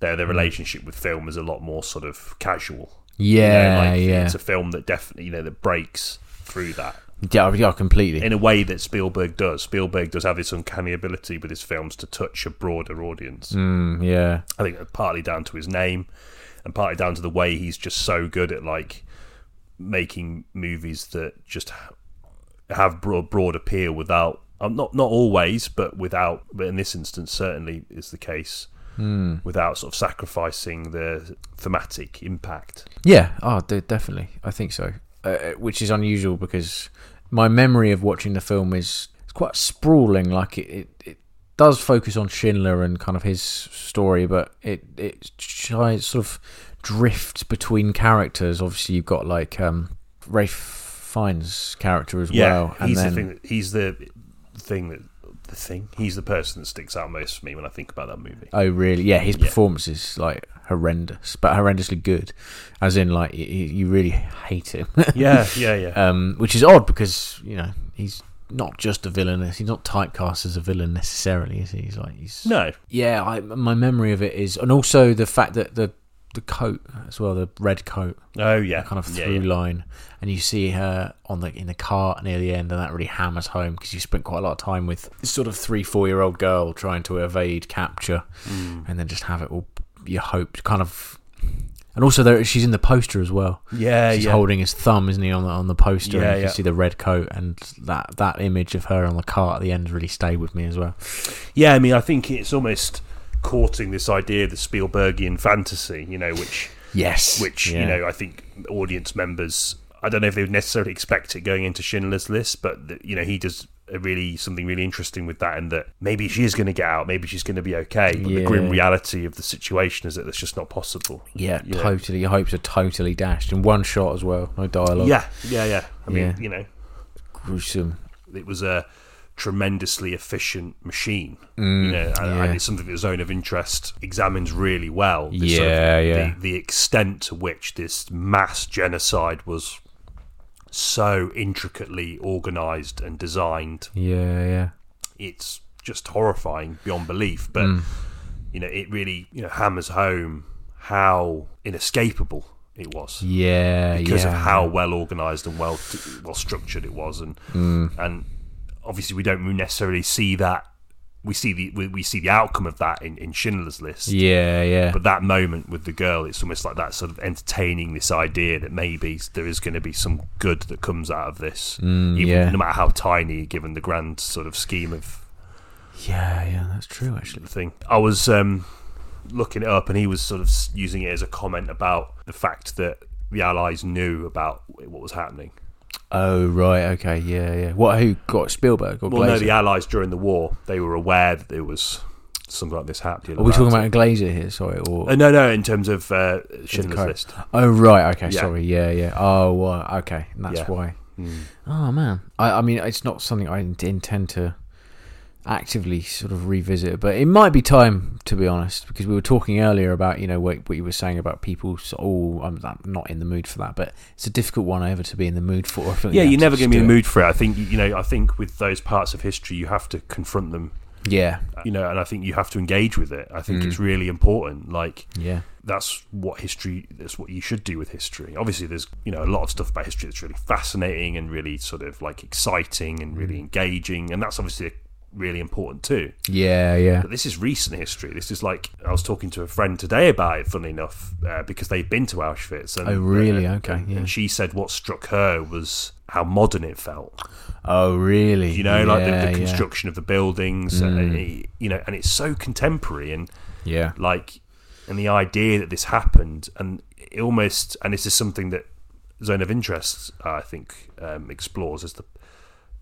Speaker 1: their
Speaker 2: Mm.
Speaker 1: their relationship with film is a lot more sort of casual. You know,
Speaker 2: yeah,
Speaker 1: like,
Speaker 2: yeah,
Speaker 1: It's a film that definitely you know that breaks through that.
Speaker 2: yeah, yeah, completely.
Speaker 1: in a way that Spielberg does. Spielberg does have this uncanny ability with his films to touch a broader audience.
Speaker 2: Mm, yeah,
Speaker 1: I think that's partly down to his name and partly down to the way he's just so good at like making movies that just ha- have broad, broad appeal without um, not not always but without but in this instance certainly is the case without sort of sacrificing the thematic impact
Speaker 2: Yeah, oh, d- definitely. I think so. Uh, which is unusual because my memory of watching the film is it's quite sprawling. Like it, it, it does focus on Schindler and kind of his story, but it it shi- sort of drifts between characters. Obviously, you've got like um, Rafe Fiennes' character as well, and
Speaker 1: he's
Speaker 2: then
Speaker 1: the thing. That, he's the thing that the thing. He's the person that sticks out most for me when I think about that movie.
Speaker 2: Oh really? Yeah, his
Speaker 1: Yeah.
Speaker 2: performance is like horrendous, but horrendously good. As in, like y- y- you really hate him.
Speaker 1: yeah, yeah, yeah.
Speaker 2: um, which is odd because you know he's not just a villain. He's not typecast as a villain necessarily, is he? He's like he's
Speaker 1: no,
Speaker 2: yeah. I, my memory of it is, and also the fact that the the coat as well, the red coat,
Speaker 1: oh yeah,
Speaker 2: kind of
Speaker 1: yeah,
Speaker 2: through
Speaker 1: yeah.
Speaker 2: line, and you see her on the in the car near the end, and that really hammers home because you spent quite a lot of time with this sort of three four year old girl trying to evade capture,
Speaker 1: Mm.
Speaker 2: and then just have it all your hope kind of. And also, there she's in the poster as well.
Speaker 1: yeah,
Speaker 2: She's
Speaker 1: yeah.
Speaker 2: holding his thumb, isn't he, on the on the poster?
Speaker 1: Yeah,
Speaker 2: and you
Speaker 1: yeah.
Speaker 2: can see the red coat and that that image of her on the cart at the end really stayed with me as well.
Speaker 1: yeah. I mean, I think it's almost courting this idea of the Spielbergian fantasy, you know, which
Speaker 2: Yes,
Speaker 1: which you know I think audience members. I don't know if they would necessarily expect it going into Schindler's List, but the, you know he does a really something really interesting with that, and that maybe she is going to get out, maybe she's going to be okay, but the
Speaker 2: Yeah.
Speaker 1: grim reality of the situation is that it's just not possible.
Speaker 2: yeah,
Speaker 1: Yeah.
Speaker 2: totally. Your hopes are totally dashed in one shot as well. No dialogue.
Speaker 1: Yeah, yeah, yeah. I mean,
Speaker 2: Yeah.
Speaker 1: you know,
Speaker 2: gruesome.
Speaker 1: it was a tremendously efficient machine. you know, and, and
Speaker 2: Mm. yeah.
Speaker 1: it's something that Zone of Interest examines really well. the
Speaker 2: Yeah, yeah.
Speaker 1: The, the extent to which this mass genocide was so intricately organized and designed,
Speaker 2: Yeah, yeah,
Speaker 1: it's just horrifying beyond belief. But
Speaker 2: Mm.
Speaker 1: you know, it really you know hammers home how inescapable it was
Speaker 2: yeah,
Speaker 1: because
Speaker 2: yeah. Mm.
Speaker 1: of how well organized and well well structured it was, and and obviously we don't necessarily see that. We see the we, we see the outcome of that in, in Schindler's List.
Speaker 2: Yeah, yeah.
Speaker 1: But that moment with the girl, it's almost like that sort of entertaining this idea that maybe there is going to be some good that comes out of this,
Speaker 2: Mm,
Speaker 1: even
Speaker 2: yeah.
Speaker 1: no matter how tiny, given the grand sort of scheme of
Speaker 2: yeah, yeah, that's true actually.
Speaker 1: the thing. I was um, looking it up, and he was sort of s- using it as a comment about the fact that the Allies knew about what was happening.
Speaker 2: Oh right, okay, yeah, yeah. What who got Spielberg or
Speaker 1: Well, no,
Speaker 2: Glazer?
Speaker 1: the Allies during the war, they were aware that there was something like this happening.
Speaker 2: Are we talking
Speaker 1: it.
Speaker 2: about Glazer here? Sorry, or
Speaker 1: Uh, no, no, in terms of uh, Schindler's
Speaker 2: code.
Speaker 1: List.
Speaker 2: oh right, okay,
Speaker 1: Yeah.
Speaker 2: sorry, yeah, yeah. Oh, uh, okay, and that's
Speaker 1: Yeah.
Speaker 2: why.
Speaker 1: Mm.
Speaker 2: Oh man, I, I mean, it's not something I int- intend to actively sort of revisit, but it might be time to be honest, because we were talking earlier about you know what, what you were saying about people. So, oh, I'm not- not in the mood for that, but it's a difficult one ever to be in the mood for. I feel like
Speaker 1: Yeah,
Speaker 2: you have
Speaker 1: you're
Speaker 2: to
Speaker 1: never
Speaker 2: just
Speaker 1: going to be in
Speaker 2: do
Speaker 1: the
Speaker 2: it.
Speaker 1: mood for it. I think you know. I think with those parts of history, you have to confront them.
Speaker 2: Yeah,
Speaker 1: You know, and I think you have to engage with it. I think
Speaker 2: Mm.
Speaker 1: it's really important. Like
Speaker 2: yeah,
Speaker 1: that's what history. That's what you should do with history. Obviously, there's you know a lot of stuff about history that's really fascinating and really sort of like exciting and really
Speaker 2: Mm.
Speaker 1: engaging, and that's obviously really important too.
Speaker 2: yeah, yeah.
Speaker 1: But this is recent history. This is like I was talking to a friend today about it. Funnily enough, uh, because they've been to Auschwitz. And,
Speaker 2: Oh, really?
Speaker 1: uh,
Speaker 2: Okay,
Speaker 1: And,
Speaker 2: yeah.
Speaker 1: and she said what struck her was how modern it felt.
Speaker 2: Oh, really?
Speaker 1: You know, like
Speaker 2: Yeah, Mm.
Speaker 1: the, the
Speaker 2: yeah.
Speaker 1: construction of the buildings. And, it- you know, and it's so contemporary and
Speaker 2: Yeah.
Speaker 1: like, and the idea that this happened and it almost, and this is something that Zone of Interest, I think, um, explores as the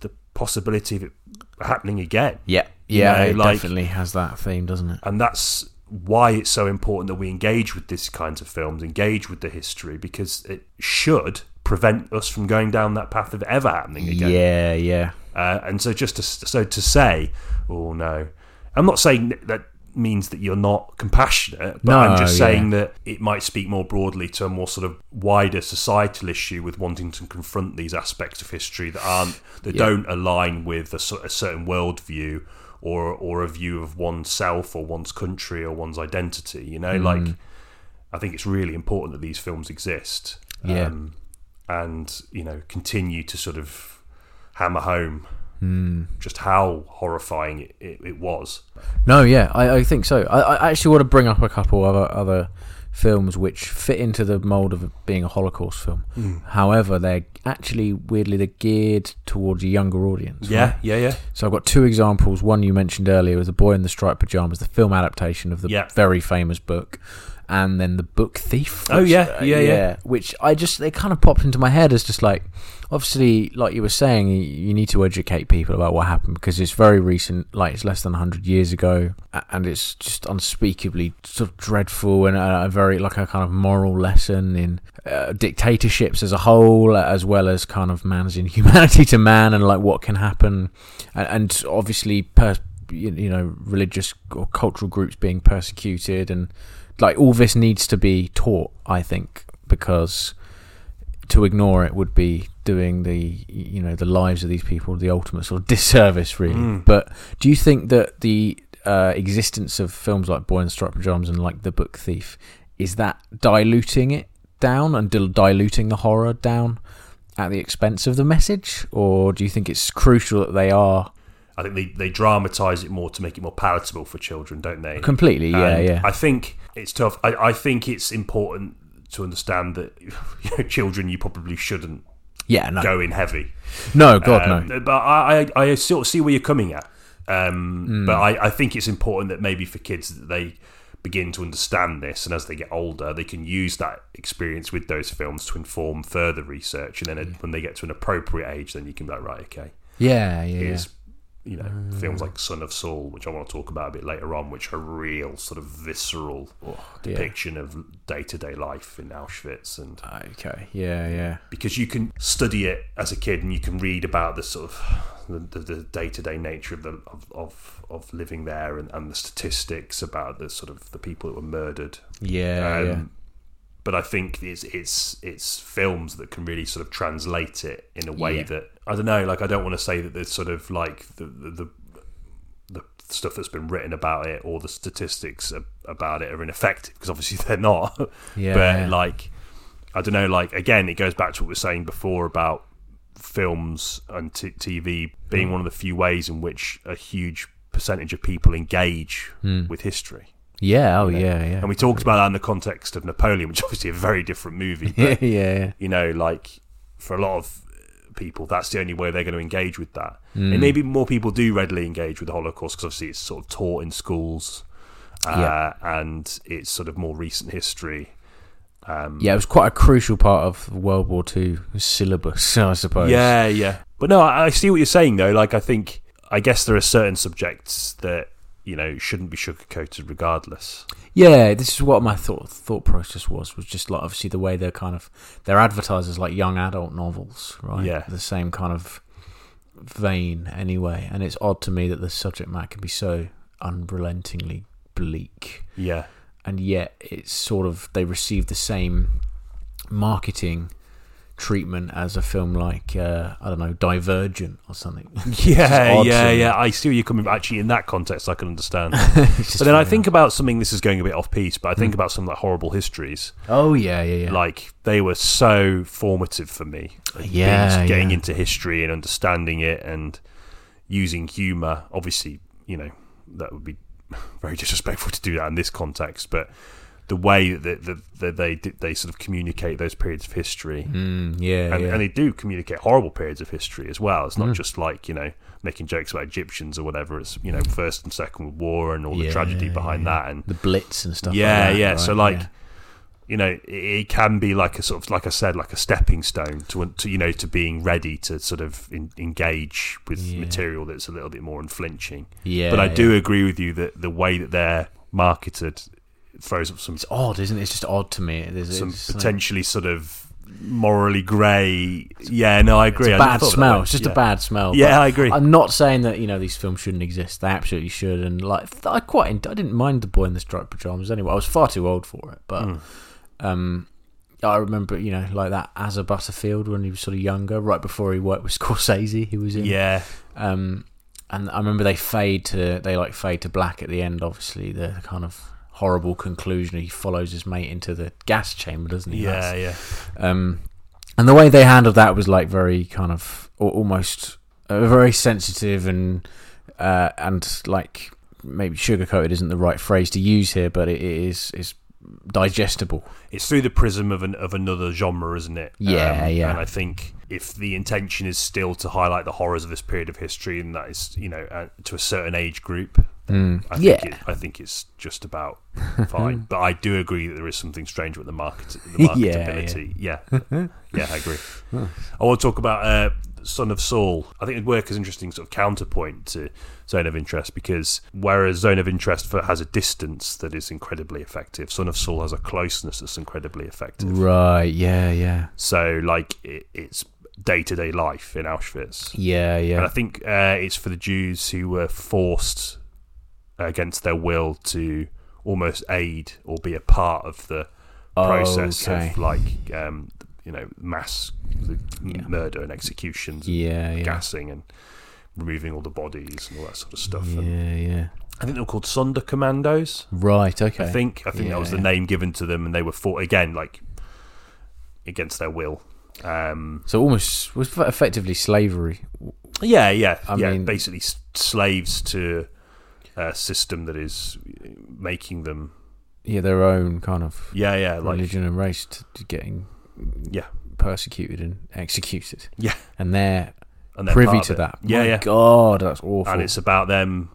Speaker 1: the possibility of it happening again.
Speaker 2: Yeah.
Speaker 1: You
Speaker 2: Yeah,
Speaker 1: know,
Speaker 2: it
Speaker 1: like-
Speaker 2: definitely has that theme, doesn't it?
Speaker 1: and that's why it's so important that we engage with these kinds of films, engage with the history, because it should prevent us from going down that path of ever happening again.
Speaker 2: Yeah, yeah.
Speaker 1: Uh, and so, just to, so to say, oh no, I'm not saying that, that means that you're not compassionate, but
Speaker 2: No,
Speaker 1: I'm just
Speaker 2: yeah.
Speaker 1: saying that it might speak more broadly to a more sort of wider societal issue with wanting to confront these aspects of history that aren't that
Speaker 2: Yeah.
Speaker 1: don't align with a, cer- a certain worldview or or a view of oneself or one's country or one's identity. You
Speaker 2: Mm.
Speaker 1: know, like I think it's really important that these films exist.
Speaker 2: Yeah.
Speaker 1: Um, and you know, continue to sort of hammer home
Speaker 2: Hmm.
Speaker 1: just how horrifying it, it, it was.
Speaker 2: No, yeah, I, I think so. I, I actually want to bring up a couple other other films which fit into the mold of being a Holocaust film.
Speaker 1: Hmm.
Speaker 2: However, they're actually weirdly they're geared towards a younger audience. right?
Speaker 1: yeah, yeah.
Speaker 2: So I've got two examples. One you mentioned earlier was The Boy in the Striped Pajamas, the film adaptation of the
Speaker 1: Yeah.
Speaker 2: very famous book, and then The Book Thief.
Speaker 1: Oh, yeah, yeah, yeah.
Speaker 2: uh, Which I just they kind of popped into my head as just like obviously like you were saying y- you need to educate people about what happened because it's very recent like it's less than 100 years ago a- and it's just unspeakably sort of dreadful and a a very like a kind of moral lesson in uh, dictatorships as a whole as well as kind of man's inhumanity to man and like what can happen and, and obviously per, you you know religious or cultural groups being persecuted and like all this needs to be taught i think because to ignore it would be doing the you know the lives of these people the ultimate sort of disservice really
Speaker 1: Mm.
Speaker 2: but do you think that the uh, existence of films like boy in the striped pajamas and like the book thief is that diluting it down and dil- diluting the horror down at the expense of the message or do you think it's crucial that they are
Speaker 1: I think they, they dramatise it more to make it more palatable for children, don't they?
Speaker 2: Completely, yeah,
Speaker 1: And
Speaker 2: yeah.
Speaker 1: I think it's tough. I, I think it's important to understand that you know, children, you probably shouldn't
Speaker 2: yeah, no.
Speaker 1: go in heavy.
Speaker 2: No, God,
Speaker 1: Um,
Speaker 2: no.
Speaker 1: But I, I, I sort of see where you're coming at. Um,
Speaker 2: Mm.
Speaker 1: But I, I think it's important that maybe for kids that they begin to understand this, and as they get older, they can use that experience with those films to inform further research. And then it- when they get to an appropriate age, then you can be like, right, okay,
Speaker 2: Yeah, yeah, yeah. Uh.
Speaker 1: here's you know films like Son of Saul, which I want to talk about a bit later on, which are real sort of visceral
Speaker 2: Oh, yeah. Oh,
Speaker 1: depiction of day to day life in Auschwitz and
Speaker 2: Okay, yeah, yeah.
Speaker 1: because you can study it as a kid and you can read about the sort of the- the the day to day nature of the of, of, of living there and, and the statistics about the sort of the people that were murdered.
Speaker 2: Yeah, Oh, yeah.
Speaker 1: Um, But I think it's it's it's films that can really sort of translate it in a way
Speaker 2: Yeah.
Speaker 1: that I don't know. Like I don't want to say that there's sort of like the the, the the stuff that's been written about it or the statistics a- about it are ineffective because obviously they're not.
Speaker 2: Yeah.
Speaker 1: but like, I don't know. Like again, it goes back to what we were saying before about films and t- TV being
Speaker 2: Mm.
Speaker 1: one of the few ways in which a huge percentage of people engage
Speaker 2: Hmm.
Speaker 1: with history.
Speaker 2: Yeah. Oh, yeah. Yeah.
Speaker 1: And we talked about that in the context of Napoleon, which is obviously a very different movie.
Speaker 2: yeah.
Speaker 1: But,
Speaker 2: Yeah. Yeah.
Speaker 1: you know, like for a lot of people, that's the only way they're going to engage with that.
Speaker 2: Hmm.
Speaker 1: And maybe more people do readily engage with the Holocaust because obviously it's sort of taught in schools uh, and it's sort of more recent history. Um,
Speaker 2: Yeah, It was quite a crucial part of World War Two syllabus, I suppose.
Speaker 1: Yeah, yeah. But no, I, I see what you're saying though. Like, I think, I guess there are certain subjects that you know shouldn't be sugarcoated, regardless.
Speaker 2: Yeah, this is what my thought thought process was was just like obviously the way they're kind of they're advertised as like young adult novels, right?
Speaker 1: Yeah.
Speaker 2: the same kind of vein anyway, and it's odd to me that the subject matter can be so unrelentingly bleak,
Speaker 1: Yeah,
Speaker 2: and yet it's sort of they receive the same marketing treatment as a film like uh, I don't know Divergent or something. It's just
Speaker 1: yeah,
Speaker 2: odd to
Speaker 1: yeah,
Speaker 2: me.
Speaker 1: yeah. I see where you're coming. Actually, in that context, I can understand.
Speaker 2: It's just
Speaker 1: but then I
Speaker 2: very
Speaker 1: think about something. This is going a bit off piece, but I think about some like horrible histories.
Speaker 2: odd. oh yeah, yeah, yeah,
Speaker 1: Like they were so formative for me. Like, being-
Speaker 2: Yeah,
Speaker 1: getting
Speaker 2: yeah.
Speaker 1: into history and understanding it and using humor. Obviously, you know that would be very disrespectful to do that in this context, but the way that, that, that they did- they sort of communicate those periods of history.
Speaker 2: Mm, yeah,
Speaker 1: And,
Speaker 2: yeah. Mm.
Speaker 1: and they do communicate horrible periods of history as well. It's not just like you know making jokes about Egyptians or whatever. It's you know First and Second World War and all the
Speaker 2: Yeah,
Speaker 1: tragedy behind that and
Speaker 2: the Blitz and stuff.
Speaker 1: yeah,
Speaker 2: like that,
Speaker 1: yeah.
Speaker 2: right?
Speaker 1: So like,
Speaker 2: Yeah.
Speaker 1: you know, it, it can be like a sort of like I said, like a stepping stone to, to you know to being ready to sort of in, engage with
Speaker 2: Yeah.
Speaker 1: material that's a little bit more unflinching.
Speaker 2: Yeah,
Speaker 1: but I
Speaker 2: yeah.
Speaker 1: do agree with you that the way that they're marketed throws up some
Speaker 2: It's odd, isn't it? It's just odd to me. There's
Speaker 1: some
Speaker 2: it's like-
Speaker 1: potentially sort of morally grey. Yeah, no, I
Speaker 2: it's
Speaker 1: agree.
Speaker 2: a
Speaker 1: I never
Speaker 2: bad
Speaker 1: thought of it that
Speaker 2: smell.
Speaker 1: way.
Speaker 2: It's just
Speaker 1: Yeah.
Speaker 2: a bad smell.
Speaker 1: Yeah,
Speaker 2: But
Speaker 1: I agree.
Speaker 2: I'm not saying that you know these films shouldn't exist. They absolutely should. And like, th- I quite, en- I didn't mind the boy in the striped pajamas anyway. I was far too old for it, but
Speaker 1: Hmm.
Speaker 2: um, I remember you know like that Asa Butterfield when he was sort of younger, right before he worked with Scorsese. He was in.
Speaker 1: Yeah,
Speaker 2: Um, and I remember they fade to they like fade to black at the end. Obviously, the kind of horrible conclusion. He follows his mate into the gas chamber, doesn't he? That's-
Speaker 1: yeah, yeah.
Speaker 2: Um, and the way they handled that was like very kind of al- almost uh, very sensitive and uh, and like maybe sugarcoated isn't the right phrase to use here, but it is is digestible.
Speaker 1: it's through the prism of an of another genre, isn't it? Um,
Speaker 2: Yeah, yeah.
Speaker 1: And I think if the intention is still to highlight the horrors of this period of history, and that is, you know, uh, to a certain age group,
Speaker 2: Mm.
Speaker 1: I
Speaker 2: Yeah,
Speaker 1: think it, I think it's just about fine. but I do agree that there is something strange with the market, the
Speaker 2: Yeah,
Speaker 1: marketability. Yeah, yeah, I agree. I want to talk about uh, Son of Saul. I think it'd work as an interesting sort of counterpoint to Zone of Interest because whereas Zone of Interest for, has a distance that is incredibly effective, Son of Saul has a closeness that's incredibly
Speaker 2: Mm.
Speaker 1: effective.
Speaker 2: right. Yeah, yeah,
Speaker 1: So, like, it, it's day to day life in Auschwitz.
Speaker 2: yeah,
Speaker 1: And I
Speaker 2: yeah.
Speaker 1: think uh, it's for the Jews who were forced against their will to almost aid or be a part of the process
Speaker 2: Okay.
Speaker 1: of like um, you know mass the murder and executions, and
Speaker 2: Yeah, yeah,
Speaker 1: gassing and removing all the bodies and all that sort of stuff. And
Speaker 2: yeah, yeah.
Speaker 1: I think they were called Sonder Commandos.
Speaker 2: Right. Okay.
Speaker 1: I think I think that was the
Speaker 2: Yeah.
Speaker 1: name given to them, and they were fought again like against their will. Um,
Speaker 2: so. Almost was effectively slavery.
Speaker 1: Yeah, yeah,
Speaker 2: I
Speaker 1: yeah.
Speaker 2: mean-
Speaker 1: basically, s- slaves to a system that is making them.
Speaker 2: Yeah, their own kind of
Speaker 1: Yeah, yeah, like
Speaker 2: religion and race to, to getting
Speaker 1: yeah,
Speaker 2: persecuted and executed.
Speaker 1: yeah,
Speaker 2: and they're
Speaker 1: and they're
Speaker 2: privy
Speaker 1: part of
Speaker 2: to
Speaker 1: it.
Speaker 2: that.
Speaker 1: Yeah,
Speaker 2: My
Speaker 1: yeah,
Speaker 2: God, that's awful.
Speaker 1: and it's about them.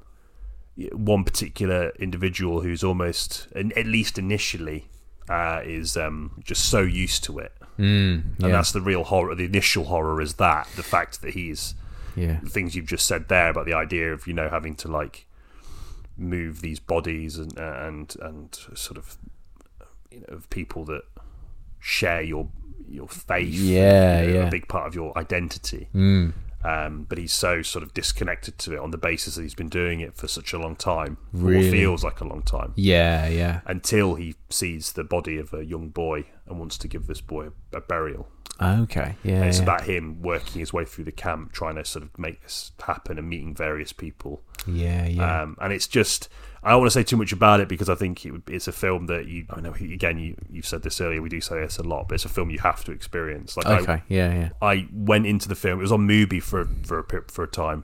Speaker 1: One particular individual who's almost, and at least initially, uh, is um, just so used to it,
Speaker 2: mm, yeah,
Speaker 1: and that's the real horror. The initial horror is that the fact that he's
Speaker 2: yeah,
Speaker 1: the things you've just said there about the idea of you know having to like move these bodies and and and sort of you know of people that share your your faith
Speaker 2: Yeah,
Speaker 1: you know,
Speaker 2: yeah.
Speaker 1: a big part of your identity
Speaker 2: mm,
Speaker 1: um, but he's so sort of disconnected to it on the basis that he's been doing it for such a long time or what
Speaker 2: Really?
Speaker 1: feels like a long time
Speaker 2: yeah, yeah.
Speaker 1: until he sees the body of a young boy and wants to give this boy a, a burial
Speaker 2: Okay, yeah,
Speaker 1: and it's
Speaker 2: yeah.
Speaker 1: about him working his way through the camp, trying to sort of make this happen and meeting various people.
Speaker 2: yeah, yeah.
Speaker 1: Um, and it's just, I don't want to say too much about it because I think it, would- it's a film that you. I know again you you've said this earlier. We do say this a lot, but it's a film you have to experience. Like I,
Speaker 2: Okay. Yeah. Yeah.
Speaker 1: I went into the film. It was on Mubi for for a pe- for a time,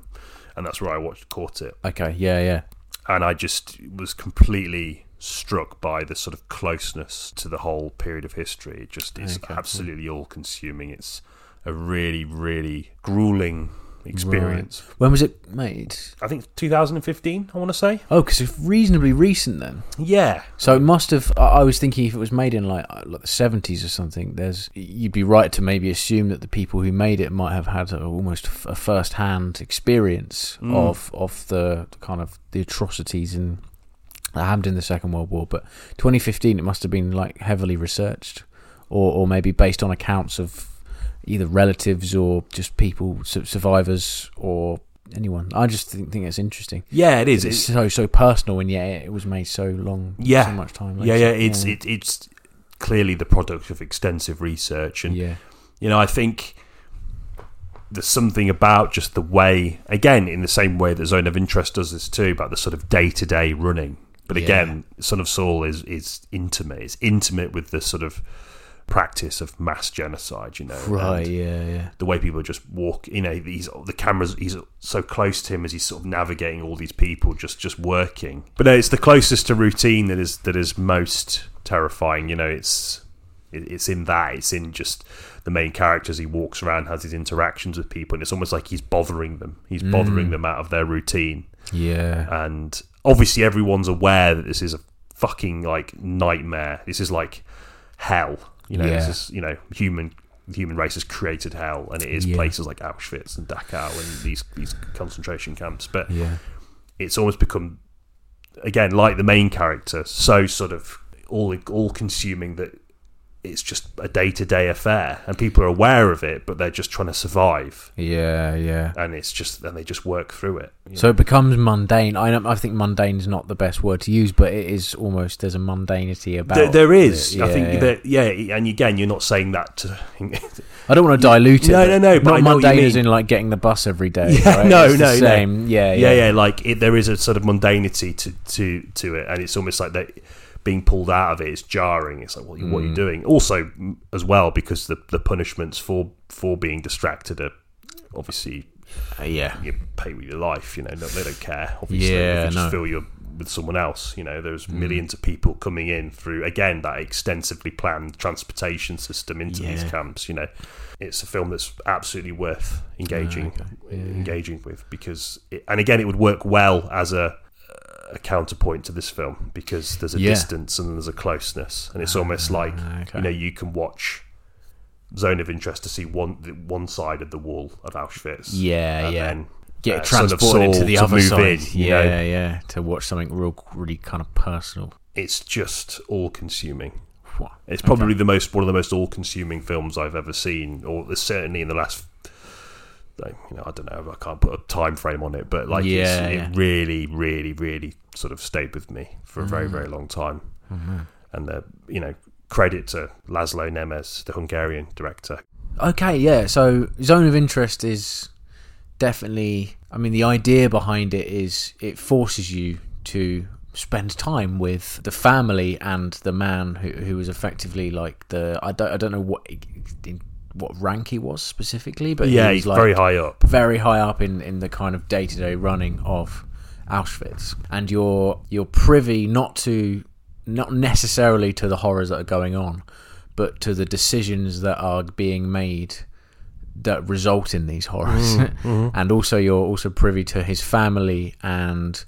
Speaker 1: and that's where I watched caught it.
Speaker 2: Okay. Yeah. Yeah.
Speaker 1: And I just was completely struck by the sort of closeness to the whole period of history. It just is
Speaker 2: Okay, yeah.
Speaker 1: absolutely all consuming. It's a really really grueling experience.
Speaker 2: When was it made?
Speaker 1: I think 2015. I want to say.
Speaker 2: Oh, because it's reasonably recent then.
Speaker 1: Yeah,
Speaker 2: So it must have. I I was thinking if it was made in like uh, like the seventies or something, there's you'd be right to maybe assume that the people who made it might have had a, almost f- a first-hand experience
Speaker 1: Mm.
Speaker 2: of of the, the kind of the atrocities in that happened in the Second World War. But 2015, it must have been like heavily researched, or or maybe based on accounts of either relatives or just people su- survivors or anyone. I just think, think it's interesting
Speaker 1: yeah, it is.
Speaker 2: it's
Speaker 1: It's-
Speaker 2: so so personal and yet it was made so long
Speaker 1: Yeah.
Speaker 2: so much time
Speaker 1: yeah,
Speaker 2: later.
Speaker 1: yeah. It's it, it's clearly the product of extensive research, and
Speaker 2: yeah
Speaker 1: you know, I think there's something about just the way, again, in the same way that Zone of Interest does this too, about the sort of day to day running. But
Speaker 2: Yeah.
Speaker 1: again, Son of Saul is is intimate. It's intimate with the sort of practice of mass genocide. You know,
Speaker 2: right
Speaker 1: and-
Speaker 2: yeah yeah
Speaker 1: the way people just walk you know he's the cameras he's so close to him as he's sort of navigating all these people just just working but no, it's the closest to routine that is that is most terrifying you know it's it- it's in that it's in just the main characters he walks around has his interactions with people and it's almost like he's bothering them he's bothering them out of their routine
Speaker 2: yeah
Speaker 1: and obviously everyone's aware that this is a fucking like nightmare. This is like hell. You know,
Speaker 2: Yeah.
Speaker 1: this is you know human the human race has created hell, and it is
Speaker 2: Yeah.
Speaker 1: places like Auschwitz and Dachau and these these concentration camps. But
Speaker 2: yeah
Speaker 1: it's almost become again like the main character, so sort of all all consuming that. It's just a day to day affair, and people are aware of it, but they're just trying to survive,
Speaker 2: yeah yeah
Speaker 1: and it's just and they just work through it. you
Speaker 2: so it becomes mundane I don't, I think mundane is not the best word to use but it is almost there's a mundanity about
Speaker 1: There, there is.
Speaker 2: it.
Speaker 1: I think
Speaker 2: Yeah, yeah.
Speaker 1: that yeah, and again, you're not saying that. To,
Speaker 2: I don't want to dilute it
Speaker 1: No, no, no, but
Speaker 2: not
Speaker 1: I know what you
Speaker 2: mundane is
Speaker 1: mean.
Speaker 2: in like getting the bus every day
Speaker 1: Yeah,
Speaker 2: right?
Speaker 1: no,
Speaker 2: It's the
Speaker 1: no, no.
Speaker 2: same. yeah
Speaker 1: yeah,
Speaker 2: yeah
Speaker 1: yeah, like it, there is a sort of mundanity to, to to it, and it's almost like that being pulled out of it is jarring. It's like, well, you
Speaker 2: Mm.
Speaker 1: what are you doing? Also, m- as well, because the the punishments for for being distracted are obviously
Speaker 2: Uh, yeah
Speaker 1: you pay with your life. You know, no, they don't care. Obviously,
Speaker 2: Yeah,
Speaker 1: they just
Speaker 2: no. Mm.
Speaker 1: feel you're with someone else. You know, there's millions of people coming in through again that extensively planned transportation system into these
Speaker 2: Yeah.
Speaker 1: camps. You know, it's a film that's absolutely worth engaging, uh,
Speaker 2: Yeah, yeah.
Speaker 1: engaging with because, it, and again, it would work well as a a counterpoint to this film because there's a
Speaker 2: Yeah. Ah,
Speaker 1: distance and there's a closeness, and it's almost like
Speaker 2: okay.
Speaker 1: you know you can watch Zone of Interest to see one the- one side of the wall of Auschwitz,
Speaker 2: yeah
Speaker 1: and
Speaker 2: yeah
Speaker 1: then
Speaker 2: get
Speaker 1: uh, Son of
Speaker 2: transported
Speaker 1: Saul
Speaker 2: into the
Speaker 1: to
Speaker 2: other
Speaker 1: move
Speaker 2: side
Speaker 1: in, you
Speaker 2: yeah
Speaker 1: know.
Speaker 2: yeah to watch something real really kind of personal
Speaker 1: it's just all consuming.
Speaker 2: Wha-
Speaker 1: It's probably the most one of the most all consuming films I've ever seen, or certainly in the last. like, You know, I don't know. I can't put a time frame on it, but like,
Speaker 2: Yeah,
Speaker 1: it's,
Speaker 2: yeah.
Speaker 1: it really, really, really sort of stayed with me for a
Speaker 2: Mm.
Speaker 1: very, very long time.
Speaker 2: Mm-hmm.
Speaker 1: And the, you know, credit to Laszlo Nemes, the Hungarian director.
Speaker 2: Okay, yeah. So zone of interest is definitely. I mean, the idea behind it is it forces you to spend time with the family and the man who who was effectively like the. I don't I don't know what in what rank he was specifically, but
Speaker 1: yeah,
Speaker 2: he
Speaker 1: he's
Speaker 2: was like
Speaker 1: very high up.
Speaker 2: very high up in, in the kind of day to day running of Auschwitz, and you're you're privy not to not necessarily to the horrors that are going on, but to the decisions that are being made that result in these horrors, and also you're also privy to his family and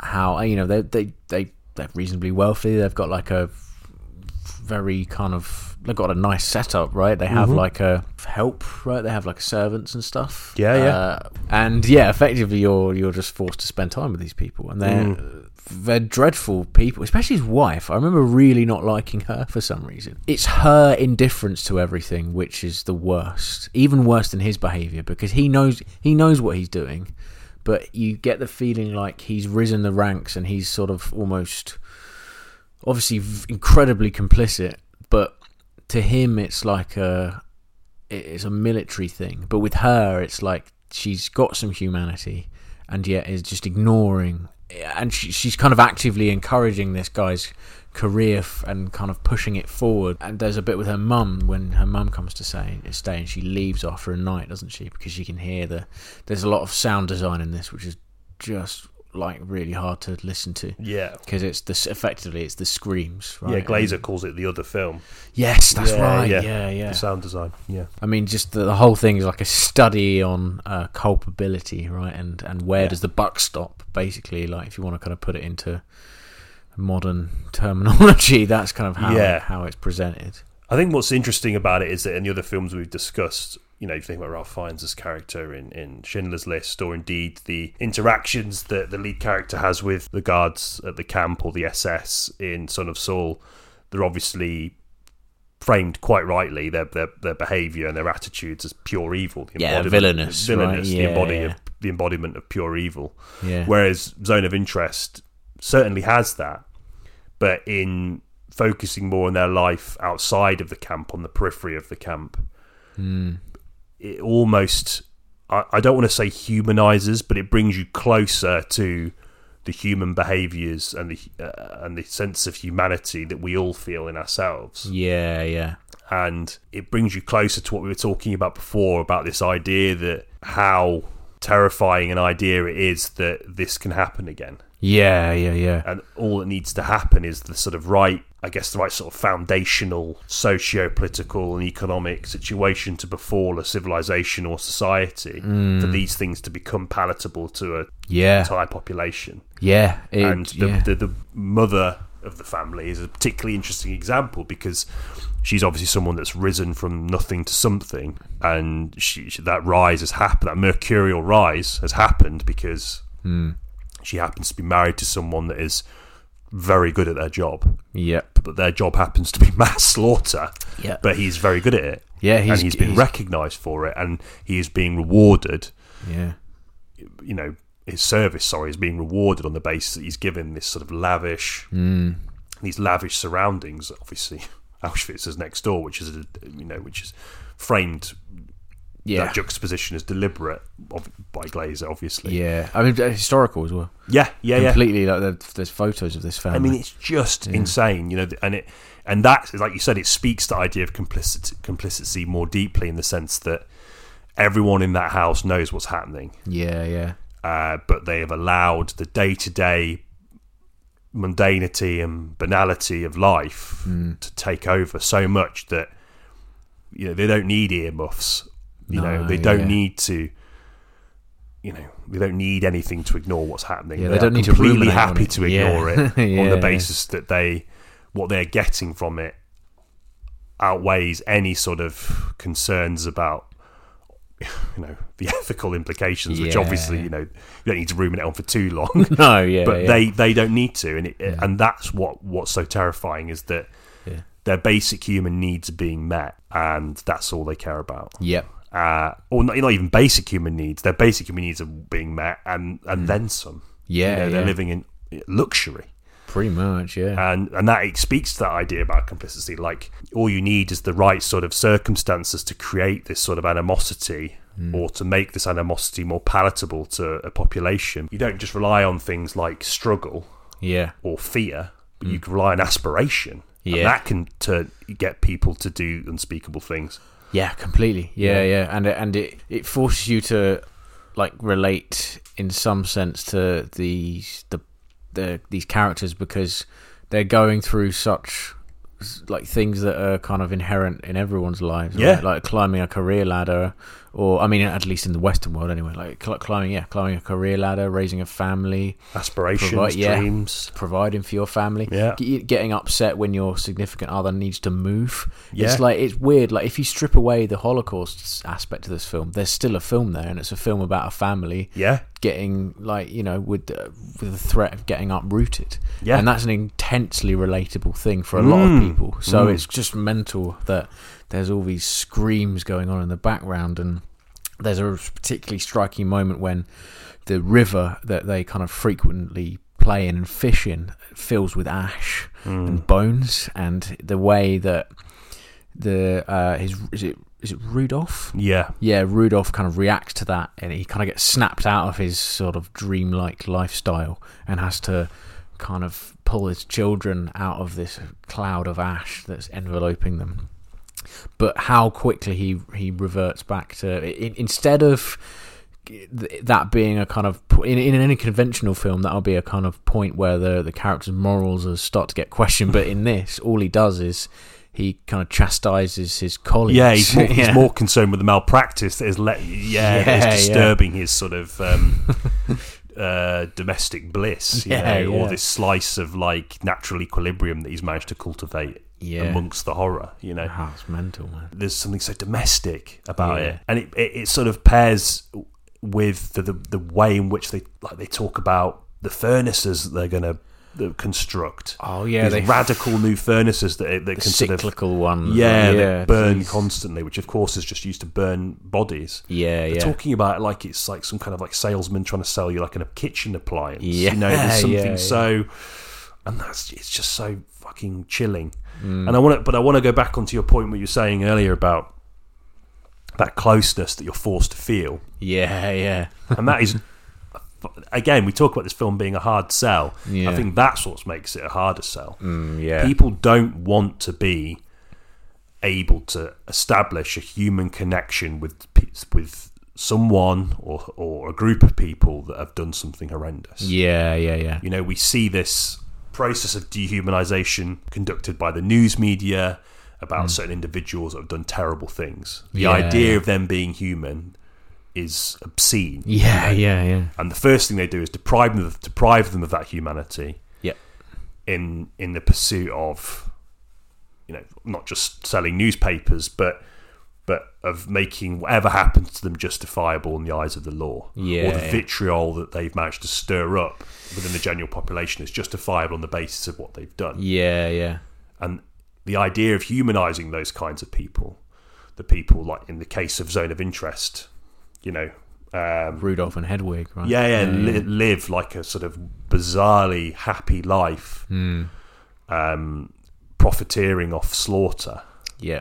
Speaker 2: how you know they they they they're reasonably wealthy. They've got like a very kind of they've got a nice setup, right? They have
Speaker 1: Mm-hmm.
Speaker 2: like a help, right? They have like servants and stuff.
Speaker 1: Yeah, yeah.
Speaker 2: Uh, and yeah, effectively, you're you're just forced to spend time with these people, and they're
Speaker 1: Mm.
Speaker 2: they're dreadful people, especially his wife. I remember really not liking her for some reason. It's her indifference to everything which is the worst, even worse than his behavior, because he knows he knows what he's doing, but you get the feeling like he's risen the ranks and he's sort of almost obviously v- incredibly complicit, but to him it's like a it's a military thing. But with her, it's like she's got some humanity, and yet is just ignoring. And she, she's kind of actively encouraging this guy's career f- and kind of pushing it forward. And there's a bit with her mum when her mum comes to say, stay, and she leaves after a night, doesn't she? Because she can hear the. There's a lot of sound design in this, which is just like really hard to listen to
Speaker 1: Yeah.
Speaker 2: because it's the effectively it's the screams. Right?
Speaker 1: Yeah, Glazer calls it the other film.
Speaker 2: Yes, that's
Speaker 1: Yeah,
Speaker 2: right.
Speaker 1: yeah.
Speaker 2: Yeah, yeah.
Speaker 1: The sound design. Yeah.
Speaker 2: I mean, just the, the whole thing is like a study on uh, culpability, right? And and where does the buck stop? Basically, like if you want to kind of put it into modern terminology, that's kind of how
Speaker 1: Yeah.
Speaker 2: how it's presented.
Speaker 1: I think what's interesting about it is that in the other films we've discussed, you know, if you think about Ralph Fiennes' character in, in Schindler's List, or indeed the interactions that the lead character has with the guards at the camp or the SS in Son of Saul, they're obviously framed quite rightly. Their their, their behaviour and their attitudes as pure evil. The
Speaker 2: Yeah,
Speaker 1: embodiment-
Speaker 2: villainous,
Speaker 1: villainous,
Speaker 2: right?
Speaker 1: the,
Speaker 2: Yeah,
Speaker 1: embody
Speaker 2: yeah.
Speaker 1: Of, the embodiment of pure evil.
Speaker 2: Yeah,
Speaker 1: Whereas Zone of Interest certainly has that, but in focusing more on their life outside of the camp, on the periphery of the camp, it almost, I, I don't want to say humanizes, but it brings you closer to the human behaviors and the uh, and the sense of humanity that we all feel in ourselves
Speaker 2: yeah, yeah.
Speaker 1: and it brings you closer to what we were talking about before about this idea that how terrifying an idea it is that this can happen again
Speaker 2: Yeah, yeah, yeah.
Speaker 1: and all that needs to happen is the sort of right i guess the right sort of foundational socio-political and economic situation to befall a civilization or society for these things to become palatable to a
Speaker 2: Yeah.
Speaker 1: entire population
Speaker 2: Yeah. It,
Speaker 1: and the,
Speaker 2: yeah.
Speaker 1: the, the mother of the family is a particularly interesting example because she's obviously someone that's risen from nothing to something, and she, she- that rise has happened. That mercurial rise has happened because
Speaker 2: Hmm.
Speaker 1: she happens to be married to someone that is very good at their job,
Speaker 2: yep.
Speaker 1: but their job happens to be mass slaughter.
Speaker 2: Yeah.
Speaker 1: but he's very good at it.
Speaker 2: Yeah, he's-
Speaker 1: and he's been
Speaker 2: he's-
Speaker 1: recognised for it, and he is being rewarded
Speaker 2: Yeah.
Speaker 1: you know his service sorry is being rewarded on the basis that he's given this sort of lavish these lavish surroundings obviously Auschwitz is next door which is a, you know which is framed
Speaker 2: Yeah.
Speaker 1: that juxtaposition is deliberate ob- by Glazer obviously
Speaker 2: Yeah. I mean, uh, historical as well.
Speaker 1: yeah yeah, yeah.
Speaker 2: Completely. Like there's, there's photos of this family.
Speaker 1: I mean, it's just insane, you know. th- And it and that, like you said, it speaks to the idea of complicity, complicity more deeply in the sense that everyone in that house knows what's happening,
Speaker 2: yeah, yeah.
Speaker 1: uh, but they have allowed the day to day mundanity and banality of life
Speaker 2: Mm.
Speaker 1: to take over so much that you know they don't need earmuffs. You know
Speaker 2: No,
Speaker 1: they don't
Speaker 2: yeah.
Speaker 1: need to. You know they don't need anything to ignore what's happening.
Speaker 2: Yeah,
Speaker 1: they,
Speaker 2: they don't
Speaker 1: are
Speaker 2: need to
Speaker 1: completely
Speaker 2: ruminate on
Speaker 1: happy
Speaker 2: it.
Speaker 1: to
Speaker 2: Yeah.
Speaker 1: ignore it on
Speaker 2: Yeah.
Speaker 1: the basis that they what they're getting from it outweighs any sort of concerns about you know the ethical implications, which
Speaker 2: Yeah.
Speaker 1: obviously you know you don't need to ruminate on for too long.
Speaker 2: No, yeah.
Speaker 1: but
Speaker 2: yeah.
Speaker 1: they they don't need to, and it, and that's what what's so terrifying is that
Speaker 2: Yeah.
Speaker 1: their basic human needs are being met, and that's all they care about.
Speaker 2: Yep.
Speaker 1: Uh, or not, not even basic human needs. Their basic human needs are being met, and and then some.
Speaker 2: Hmm. Yeah,
Speaker 1: you know, Uh, they're
Speaker 2: yeah.
Speaker 1: living in luxury
Speaker 2: Pretty much, yeah.
Speaker 1: and and that speaks to that idea about complicity like all you need is the right sort of circumstances to create this sort of animosity
Speaker 2: Hmm.
Speaker 1: or to make this animosity more palatable to a population you don't just rely on things like struggle
Speaker 2: yeah.
Speaker 1: or fear but you can rely on aspiration
Speaker 2: Hmm. Yeah.
Speaker 1: and that can turn get people to do unspeakable things
Speaker 2: Yeah, completely. Yeah, yeah. And it, and it it forces you to like relate in some sense to these the the these characters because they're going through such like things that are kind of inherent in everyone's lives right?
Speaker 1: Yeah.
Speaker 2: like climbing a career ladder or i mean at least in the western world anyway like cl- climbing yeah climbing a career ladder raising a family
Speaker 1: aspirations
Speaker 2: Provide- yeah.
Speaker 1: dreams
Speaker 2: providing for your family.
Speaker 1: Yeah.
Speaker 2: G- getting upset when your significant other needs to move.
Speaker 1: Yeah.
Speaker 2: It's like it's weird. Like if you strip away the Holocaust aspect of this film, there's still a film there, and it's a film about a family
Speaker 1: yeah
Speaker 2: getting like you know with the, with the threat of getting uprooted.
Speaker 1: Yeah.
Speaker 2: and that's an intensely relatable thing for a lot of people. So it's just mental that there's all these screams going on in the background, and there's a particularly striking moment when the river that they kind of frequently play in and fish in fills with
Speaker 1: Mm.
Speaker 2: Hmm. ash and bones, and the way that the uh, his is it is it Rudolph?
Speaker 1: Yeah.
Speaker 2: Yeah, Rudolph kind of reacts to that, and he kind of gets snapped out of his sort of dreamlike lifestyle and has to kind of pull his children out of this cloud of ash that's enveloping them. But how quickly he he reverts back to in, instead of th- that being a kind of in, in any conventional film that'll be a kind of point where the the character's morals are, start to get questioned but in this all he does is he kind of chastises his colleagues
Speaker 1: Yeah, he's more, he's
Speaker 2: Yeah.
Speaker 1: more concerned with the malpractice that is let, yeah, that is
Speaker 2: Yeah, yeah.
Speaker 1: disturbing his sort of um, uh, domestic bliss, you
Speaker 2: Yeah,
Speaker 1: know,
Speaker 2: yeah.
Speaker 1: or this slice of like natural equilibrium that he's managed to cultivate
Speaker 2: Yeah.
Speaker 1: amongst the horror, you know.
Speaker 2: Ah, it's mental man
Speaker 1: There's something so domestic about
Speaker 2: Yeah.
Speaker 1: it, and it, it, it sort of pairs with the, the the way in which they like they talk about the furnaces that they're going to construct.
Speaker 2: oh yeah
Speaker 1: These
Speaker 2: they
Speaker 1: radical new furnaces that that can sort of
Speaker 2: cyclical one
Speaker 1: yeah,
Speaker 2: yeah
Speaker 1: that burn
Speaker 2: geez.
Speaker 1: constantly, which of course is just used to burn bodies.
Speaker 2: yeah
Speaker 1: They're
Speaker 2: yeah
Speaker 1: talking about it like it's like some kind of like salesman trying to sell you like a kitchen appliance.
Speaker 2: Yeah,
Speaker 1: you know, there's something
Speaker 2: yeah, yeah.
Speaker 1: so, and that's it's just so fucking chilling.
Speaker 2: Mm.
Speaker 1: And I want to, but I want to go back onto your point what you were saying earlier about that closeness that you're forced to feel,
Speaker 2: yeah yeah
Speaker 1: and that is. Again, we talk about this film being a hard sell.
Speaker 2: Yeah.
Speaker 1: I think that's what makes it a harder sell
Speaker 2: Mm, yeah
Speaker 1: people don't want to be able to establish a human connection with pe- with someone or or a group of people that have done something horrendous.
Speaker 2: yeah yeah yeah
Speaker 1: You know, we see this process of dehumanization conducted by the news media about certain individuals that have done terrible things. The
Speaker 2: Mm. Yeah,
Speaker 1: idea
Speaker 2: yeah.
Speaker 1: of them being human is obscene.
Speaker 2: yeah yeah yeah
Speaker 1: And the first thing they do is deprive them of, deprive them of that humanity.
Speaker 2: Yep.
Speaker 1: In in the pursuit of, you know, not just selling newspapers, but but of making whatever happens to them justifiable in the eyes of the law,
Speaker 2: Yeah,
Speaker 1: or the
Speaker 2: yeah.
Speaker 1: vitriol that they've managed to stir up within the general population is justifiable on the basis of what they've done
Speaker 2: yeah yeah
Speaker 1: and the idea of humanizing those kinds of people, the people like in the case of zone of interest, you know, um,
Speaker 2: Rudolph and Hedwig right
Speaker 1: yeah, yeah, li- live like a sort of bizarrely happy life,
Speaker 2: Hmm.
Speaker 1: um, profiteering off slaughter.
Speaker 2: yeah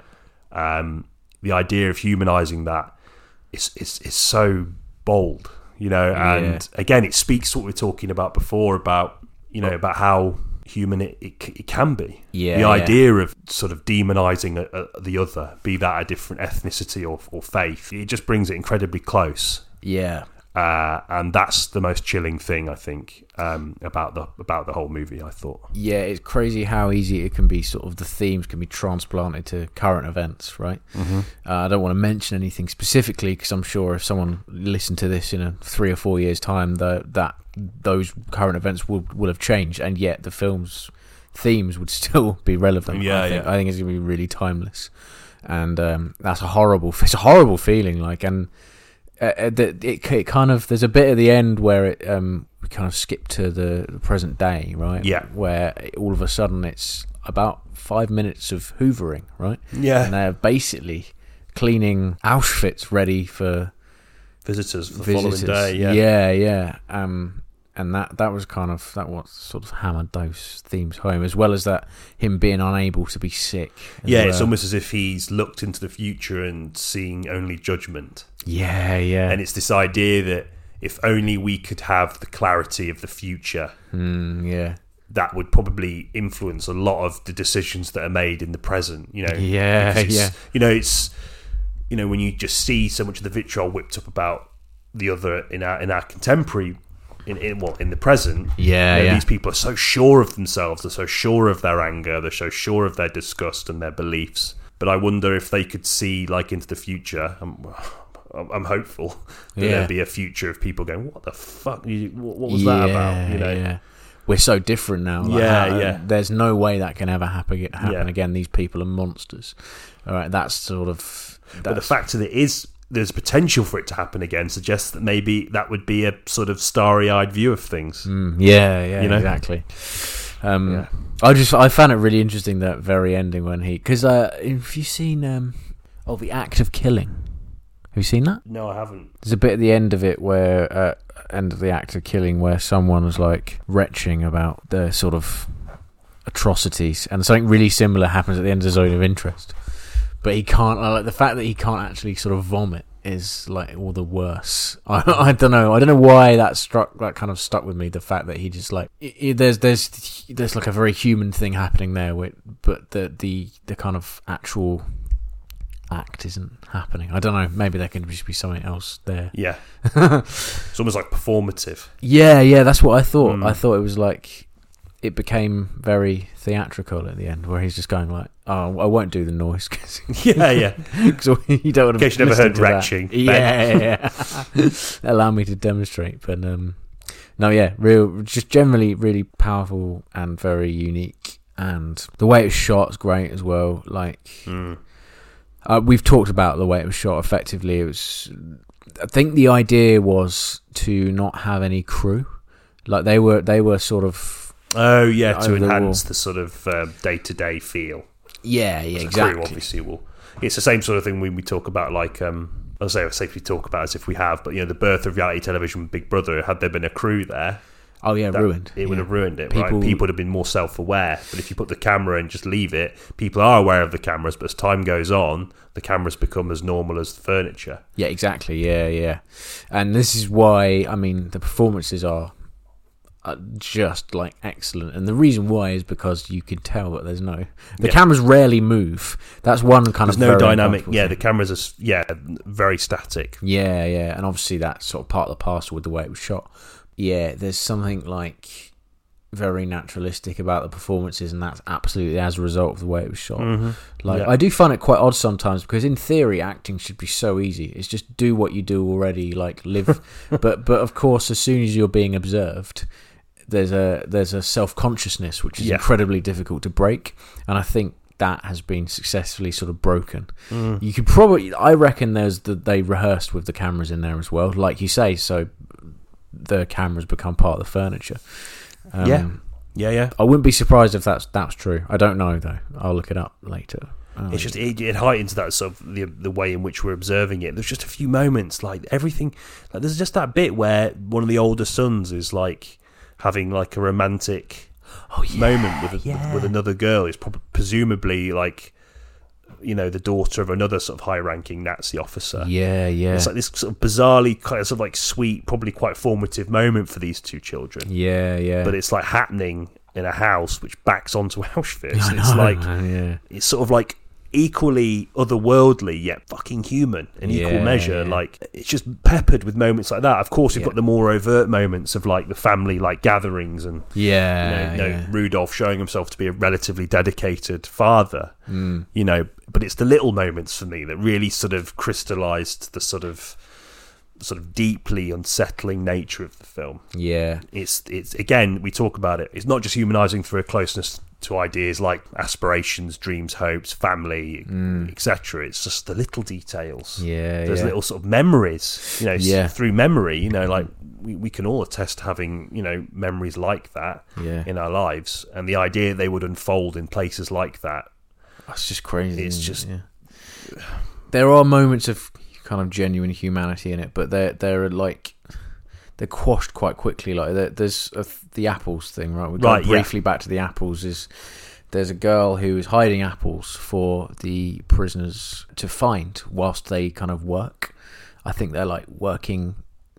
Speaker 1: Um, the idea of humanizing that is is is so bold, you know. And again, it speaks to what we were talking about before about you know about how human it, it, c- it can be.
Speaker 2: Yeah,
Speaker 1: the
Speaker 2: yeah.
Speaker 1: idea of sort of demonizing a, a, the other, be that a different ethnicity or or faith, it just brings it incredibly close
Speaker 2: yeah
Speaker 1: uh, and that's the most chilling thing I think um, about the about the whole movie. I thought,
Speaker 2: Yeah, it's crazy how easy it can be. Sort of the themes can be transplanted to current events, right? Mm-hmm. Uh, I don't want to mention anything specifically because I'm sure if someone listened to this in a three or four years' time, that that those current events will will have changed, and yet the film's themes would still be relevant.
Speaker 1: Yeah,
Speaker 2: I think,
Speaker 1: yeah.
Speaker 2: I think it's gonna be really timeless, and um, that's a horrible. It's a horrible feeling, like and uh, uh, that it, it kind of there's a bit at the end where it um we kind of skip to the, the present day right
Speaker 1: Yeah.
Speaker 2: where it- all of a sudden it's about five minutes of hoovering right and
Speaker 1: yeah,
Speaker 2: they're basically cleaning Auschwitz ready for
Speaker 1: visitors for the
Speaker 2: visitors
Speaker 1: following day. Yeah,
Speaker 2: yeah yeah um and that that was kind of that what sort of hammered those themes home as well as that him being unable to be sick as
Speaker 1: Yeah, it's
Speaker 2: well.
Speaker 1: almost as if he's looked into the future and seeing only judgment,
Speaker 2: yeah yeah
Speaker 1: and it's this idea that if only we could have the clarity of the future,
Speaker 2: mm, yeah
Speaker 1: that would probably influence a lot of the decisions that are made in the present. You know,
Speaker 2: Yeah,
Speaker 1: Because it's-
Speaker 2: yeah.
Speaker 1: You know, it's you know when you just see so much of the vitriol whipped up about the other in our in our contemporary, in, in well in the present.
Speaker 2: Yeah,
Speaker 1: you know,
Speaker 2: yeah.
Speaker 1: These people are so sure of themselves. They're so sure of their anger. They're so sure of their disgust and their beliefs. But I wonder if they could see like into the future. I'm, I'm hopeful that
Speaker 2: Yeah.
Speaker 1: there'd be a future of people going, "What the fuck? You, what, what was that about?" You know.
Speaker 2: yeah. We're so different now.
Speaker 1: Yeah,
Speaker 2: how-
Speaker 1: yeah.
Speaker 2: There's no way that can ever happen, happen
Speaker 1: Yeah.
Speaker 2: again. These people are monsters. All right, that's sort of. That's,
Speaker 1: But the fact that it is there's potential for it to happen again suggests that maybe that would be a sort of starry-eyed view of things.
Speaker 2: Mm, yeah, yeah,
Speaker 1: You know?
Speaker 2: exactly. Um,
Speaker 1: Yeah.
Speaker 2: I just I found it really interesting that very ending when he because uh, if you've seen um, oh the act of killing, have you seen that?
Speaker 1: No, I haven't.
Speaker 2: There's a bit at the end of it where, uh, end of the act of killing, where someone was like retching about the sort of atrocities, and something really similar happens at the end of Zone of Interest. but he can't. I like the fact that he can't actually sort of vomit is like all the worse. I, I don't know. I don't know why that struck that kind of stuck with me. The fact that he just like i i there's there's there's like a very human thing happening there, with, but the the the kind of actual act isn't happening. I don't know. Maybe there could just be something else there.
Speaker 1: Yeah. it's almost like performative.
Speaker 2: Yeah, yeah, that's what I thought.
Speaker 1: Mm.
Speaker 2: I thought it was like it became very theatrical at the end, where he's just going like, "Oh, I won't do the noise because
Speaker 1: Yeah, yeah.
Speaker 2: you don't want to."
Speaker 1: In case you never heard retching, Ben.
Speaker 2: Yeah, yeah, yeah. Allow me to demonstrate, but um, no, yeah, real, just generally really powerful and very unique, and the way it was shot's great as well. Like,
Speaker 1: Mm.
Speaker 2: uh, we've talked about the way it was shot. Effectively, it was. I think the idea was to not have any crew. Like they were, they were sort of.
Speaker 1: Oh, yeah, to
Speaker 2: Over the
Speaker 1: enhance
Speaker 2: wall.
Speaker 1: the sort of day to day feel.
Speaker 2: Yeah, yeah,
Speaker 1: 'Cause a crew
Speaker 2: exactly.
Speaker 1: obviously will. It's the same sort of thing when we talk about, like, um, I say, I safely talk about as if we have, but you know, the birth of reality television, Big Brother. Had there been a crew there,
Speaker 2: Oh yeah,
Speaker 1: that-
Speaker 2: ruined.
Speaker 1: It would have ruined it.
Speaker 2: People-
Speaker 1: right? people would have been more self-aware. But if you put the camera and just leave it, people are aware of the cameras. But as time goes on, the cameras become as normal as the furniture.
Speaker 2: Yeah, exactly. Yeah, yeah. And this is why I mean the performances are, are just like excellent. And the reason why is because you can tell that there's no the
Speaker 1: Yeah.
Speaker 2: cameras rarely move. That's one kind
Speaker 1: There's
Speaker 2: of
Speaker 1: no
Speaker 2: very
Speaker 1: dynamic.
Speaker 2: uncomfortable
Speaker 1: Yeah,
Speaker 2: thing.
Speaker 1: the cameras are s- yeah very static.
Speaker 2: Yeah, yeah, and obviously that's sort of part of the parcel with the way it was shot. Yeah, there's something like very naturalistic about the performances, and that's absolutely as a result of the way it was shot. Like
Speaker 1: Mm-hmm. Yeah.
Speaker 2: I do find it quite odd sometimes because in theory acting should be so easy. It's just do what you do already, like live. but but of course, as soon as you're being observed. There's a there's a self consciousness which is
Speaker 1: Yeah.
Speaker 2: incredibly difficult to break, and I think that has been successfully sort of broken. You could probably, I reckon, there's the, they rehearsed with the cameras in there as well, like you say. So the cameras become part of the furniture. Um,
Speaker 1: Yeah. Yeah, yeah.
Speaker 2: I wouldn't be surprised if that's that's true. I don't know though. I'll look it up later. Um,
Speaker 1: It's just it, it heightens that sort of the the way in which we're observing it. There's just a few moments like everything. Like there's just that bit where one of the older sons is like having like a romantic
Speaker 2: Oh,
Speaker 1: moment with, a, with another girl. It's probably presumably like you know the daughter of another sort of high ranking Nazi officer.
Speaker 2: yeah, yeah,
Speaker 1: It's like this sort of bizarrely kind of, sort of like sweet, probably quite formative moment for these two children.
Speaker 2: yeah, yeah.
Speaker 1: But it's like happening in a house which backs onto Auschwitz.
Speaker 2: I
Speaker 1: and it's
Speaker 2: know,
Speaker 1: like
Speaker 2: man, yeah.
Speaker 1: it's sort of like equally otherworldly yet fucking human in
Speaker 2: Yeah,
Speaker 1: equal measure
Speaker 2: yeah.
Speaker 1: like it's just peppered with moments like that of course you've
Speaker 2: Yeah.
Speaker 1: got the more overt moments of like the family like gatherings and you know,
Speaker 2: Yeah,
Speaker 1: you know,
Speaker 2: Uh, yeah.
Speaker 1: Rudolph showing himself to be a relatively dedicated father
Speaker 2: Mm,
Speaker 1: you know but it's the little moments for me that really sort of crystallized the sort of sort of deeply unsettling nature of the film
Speaker 2: yeah,
Speaker 1: it's it's again we talk about it it's not just humanizing through a closeness to ideas like aspirations dreams hopes family etc it's just the little details
Speaker 2: Mm. yeah,
Speaker 1: there's
Speaker 2: yeah.
Speaker 1: little sort of memories you know s-
Speaker 2: Yeah.
Speaker 1: through memory you know like we, we can all attest to having you know memories like that
Speaker 2: Yeah.
Speaker 1: in our lives and the idea they would unfold in places like that
Speaker 2: That's just crazy.
Speaker 1: It's
Speaker 2: isn't it?
Speaker 1: just-
Speaker 2: Yeah. there are moments of kind of genuine humanity in it, but they're they're like they're quashed quite quickly. Like there- there's a, the apples thing, right? We're going
Speaker 1: Right, yeah.
Speaker 2: briefly back to the apples. Is there's a girl who is hiding apples for the prisoners to find whilst they kind of work. I think they're like working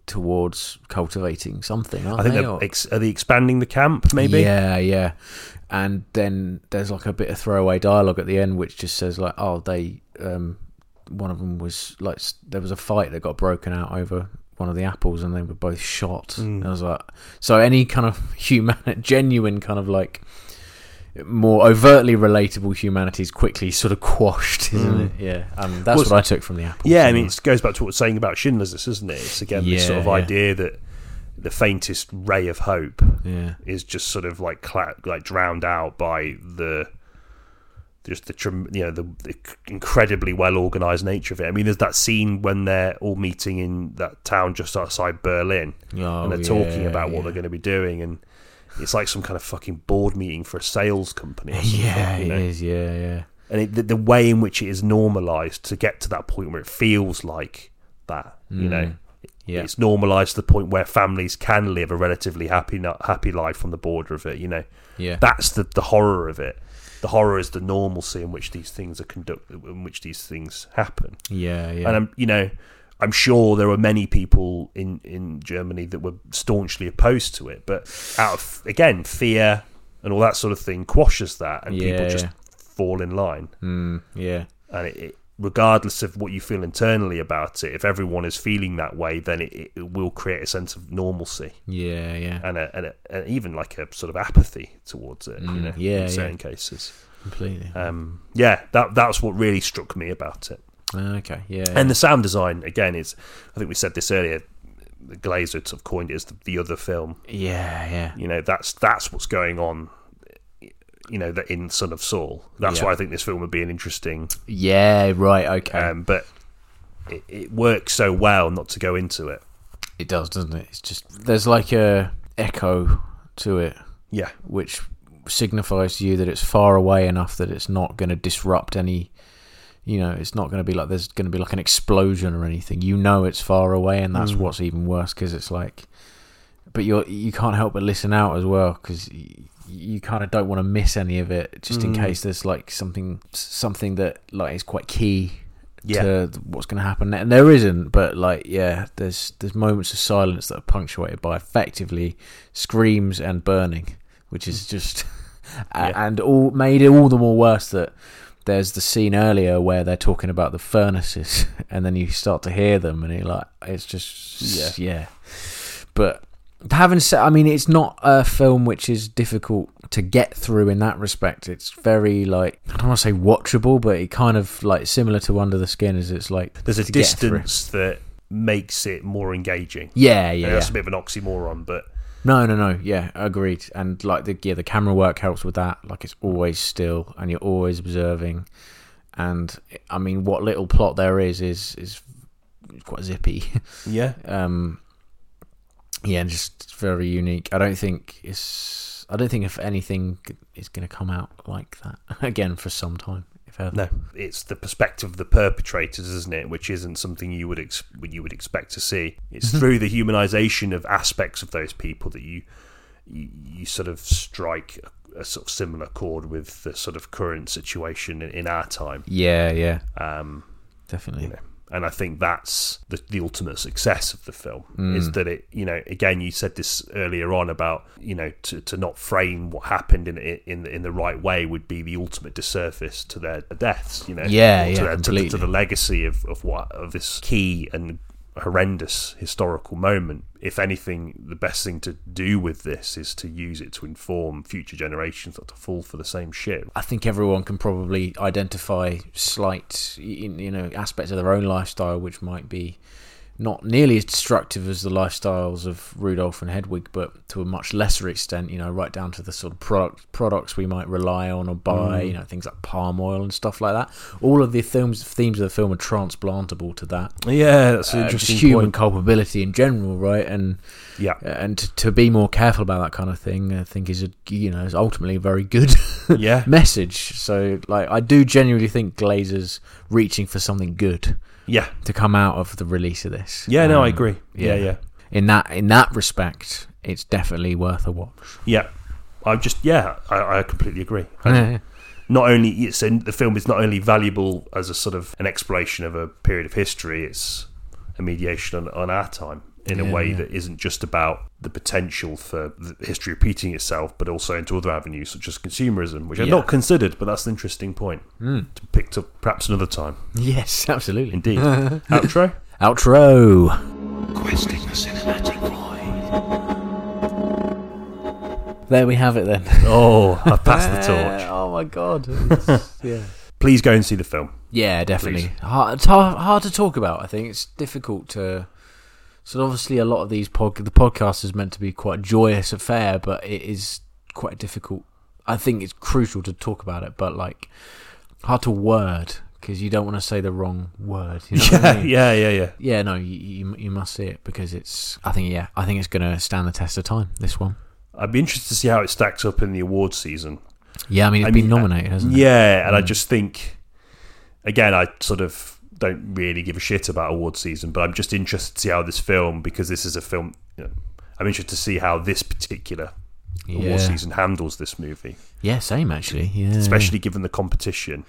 Speaker 2: towards cultivating something. Aren't
Speaker 1: i think
Speaker 2: they?
Speaker 1: they're
Speaker 2: Or-
Speaker 1: ex- are they expanding the camp maybe
Speaker 2: yeah, yeah. And then there's like a bit of throwaway dialogue at the end, which just says like, "Oh, they." Um, one of them was like, s- there was a fight that got broken out over one of the apples, and they were both shot.
Speaker 1: Hmm.
Speaker 2: And I was like, so any kind of human, genuine kind of like more overtly relatable humanity is quickly sort of quashed, isn't it? Yeah, um, that's
Speaker 1: Hmm. Well,
Speaker 2: what I took from the apples.
Speaker 1: Yeah, I
Speaker 2: and
Speaker 1: mean, it goes back to what we're saying about Schindler's List, isn't it? It's again this sort
Speaker 2: Yeah,
Speaker 1: of
Speaker 2: yeah.
Speaker 1: idea that the faintest ray of hope
Speaker 2: yeah,
Speaker 1: is just sort of like cla- like drowned out by the just the trem- you know the, the incredibly well organized nature of it. I mean, there's that scene when they're all meeting in that town just outside Berlin,
Speaker 2: Oh,
Speaker 1: and they're talking
Speaker 2: yeah,
Speaker 1: about what
Speaker 2: yeah.
Speaker 1: they're going to be doing, and it's like some kind of fucking board meeting for a sales company. or something,
Speaker 2: yeah,
Speaker 1: you
Speaker 2: it
Speaker 1: know?
Speaker 2: is, yeah, yeah.
Speaker 1: and it, the, the way in which it is normalized to get to that point where it feels like that you know
Speaker 2: Mm, yeah.
Speaker 1: it's normalized to the point where families can live a relatively happy happy life on the border of it you know
Speaker 2: Yeah.
Speaker 1: that's the, the horror of it the horror is the normalcy in which these things are conducted, in which these things happen.
Speaker 2: Yeah, yeah.
Speaker 1: And I'm, you know, I'm sure there were many people in in Germany that were staunchly opposed to it, but out of again fear and all that sort of thing quashes that, and people
Speaker 2: Yeah,
Speaker 1: just
Speaker 2: yeah.
Speaker 1: fall in line.
Speaker 2: Mm, yeah.
Speaker 1: And it, it, regardless of what you feel internally about it, if everyone is feeling that way, then it, it will create a sense of normalcy
Speaker 2: Yeah, yeah.
Speaker 1: and a, and, a, and even like a sort of apathy towards it. you
Speaker 2: Mm,
Speaker 1: know,
Speaker 2: yeah,
Speaker 1: in certain
Speaker 2: yeah.
Speaker 1: cases.
Speaker 2: Completely.
Speaker 1: Um, yeah, that that's what really struck me about it.
Speaker 2: okay. Yeah.
Speaker 1: uh, And the sound design again is, I think we said this earlier. The Glazer sort of coined it as the, the other film.
Speaker 2: yeah, yeah.
Speaker 1: You know, that's that's what's going on. You know, that in Son of Saul. That's
Speaker 2: Yeah.
Speaker 1: why I think this film would be an interesting.
Speaker 2: Yeah, right. Okay.
Speaker 1: Um, but it, it works so well not to go into it.
Speaker 2: it does, doesn't it? It's just there's like a echo to it
Speaker 1: Yeah,
Speaker 2: which signifies to you that it's far away enough that it's not going to disrupt any you know, it's not going to be like there's going to be like an explosion or anything. You know it's far away and that's what's even worse cuz it's like but you are you can't help but listen out as well cuz you kind of don't want to miss any of it just in case there's like something something that like is quite key
Speaker 1: yeah,
Speaker 2: to th- what's going to happen. And there isn't, but like, yeah, there's there's moments of silence that are punctuated by effectively screams and burning, which is just a
Speaker 1: Yeah.
Speaker 2: and all made it all the more worse that there's the scene earlier where they're talking about the furnaces, and then you start to hear them, and it like it's just yeah, yeah. But having said, I mean, it's not a film which is difficult to get through in that respect. It's very like I don't want to say watchable, but it kind of like similar to Under the Skin, is it's like
Speaker 1: There's a
Speaker 2: to get through.
Speaker 1: distance that makes it more engaging.
Speaker 2: Yeah, yeah,
Speaker 1: Yeah, that's
Speaker 2: yeah.
Speaker 1: a bit of an oxymoron, but
Speaker 2: No, no, no. Yeah, agreed. And like the yeah, the camera work helps with that. Like it's always still, and you're always observing. And I mean, what little plot there is is is quite zippy.
Speaker 1: yeah,
Speaker 2: um yeah and just very unique i don't think it's i don't think if anything is going to come out like that again for some time if ever
Speaker 1: No, it's the perspective of the perpetrators, isn't it? Which isn't something you would ex- you would expect to see. It's through the humanization of aspects of those people that you you, you sort of strike a, a sort of similar chord with the sort of current situation in, in our time.
Speaker 2: yeah yeah
Speaker 1: Um,
Speaker 2: definitely
Speaker 1: you know, and I think that's the, the ultimate success of the film
Speaker 2: Mm.
Speaker 1: is that it, you know, again, you said this earlier on about, you know, to, to not frame what happened in, in in the right way would be the ultimate disservice to their deaths, you know,
Speaker 2: Yeah,
Speaker 1: or to,
Speaker 2: yeah,
Speaker 1: their- to, the- to
Speaker 2: completely.
Speaker 1: the legacy of, of what of this key and horrendous historical moment. If anything, the best thing to do with this is to use it to inform future generations not to fall for the same shit.
Speaker 2: I think everyone can probably identify slight, y- you know, aspects of their own lifestyle which might be not nearly as destructive as the lifestyles of Rudolf and Hedwig, but to a much lesser extent, you know, right down to the sort of product products we might rely on or buy, you know, things like palm oil and stuff like that. All of the themes themes of the film are transplantable to that.
Speaker 1: Yeah, that's
Speaker 2: Uh, just human culpability in general, right? And
Speaker 1: Yeah.
Speaker 2: and to, to be more careful about that kind of thing, I think is a you know is ultimately a very good
Speaker 1: Yeah.
Speaker 2: message. So like I do genuinely think Glazer's reaching for something good
Speaker 1: Yeah.
Speaker 2: to come out of the release of this.
Speaker 1: Yeah, no, I
Speaker 2: Um,
Speaker 1: agree. Yeah,
Speaker 2: yeah.
Speaker 1: yeah.
Speaker 2: In that in that respect, it's definitely worth a watch.
Speaker 1: Yeah, I'm just yeah, I, I completely agree. Not only it's in, the film is not only valuable as a sort of an exploration of a period of history, it's a mediation on, on our time in
Speaker 2: Yeah,
Speaker 1: a way
Speaker 2: yeah.
Speaker 1: that isn't just about the potential for the history repeating itself, but also into other avenues such as consumerism, which I've
Speaker 2: Yeah.
Speaker 1: not considered, but that's an interesting point
Speaker 2: Mm.
Speaker 1: to be picked up perhaps another time.
Speaker 2: Yes, absolutely.
Speaker 1: Indeed, outro.
Speaker 2: Outro.
Speaker 3: Questing the cinematic void.
Speaker 2: There we have it then.
Speaker 1: Oh, I've passed the torch.
Speaker 2: oh my god. It's- yeah.
Speaker 1: Please go and see the film.
Speaker 2: Yeah, definitely. Hard, it's hard, hard to talk about. I think it's difficult to. So obviously, a lot of these pod, the podcast is meant to be quite a joyous affair, but it is quite difficult. I think it's crucial to talk about it, but like hard to word because you don't want to say the wrong word. You know what I
Speaker 1: Yeah,
Speaker 2: mean?
Speaker 1: yeah, yeah, yeah.
Speaker 2: Yeah, no, you, you you must see it because it's. I think yeah, I think it's gonna stand the test of time. This one.
Speaker 1: I'd be interested to see how it stacks up in the awards season.
Speaker 2: Yeah, I mean it's
Speaker 1: I
Speaker 2: been
Speaker 1: mean, uh,
Speaker 2: nominated, hasn't it? Mm.
Speaker 1: Yeah, and I just think, again, I sort of don't really give a shit about award season, but I'm just interested to see how this film, because this is a film, you know, I'm interested to see how this particular
Speaker 2: Yeah.
Speaker 1: award season handles this movie.
Speaker 2: Yeah, same actually. Yeah,
Speaker 1: especially given the competition.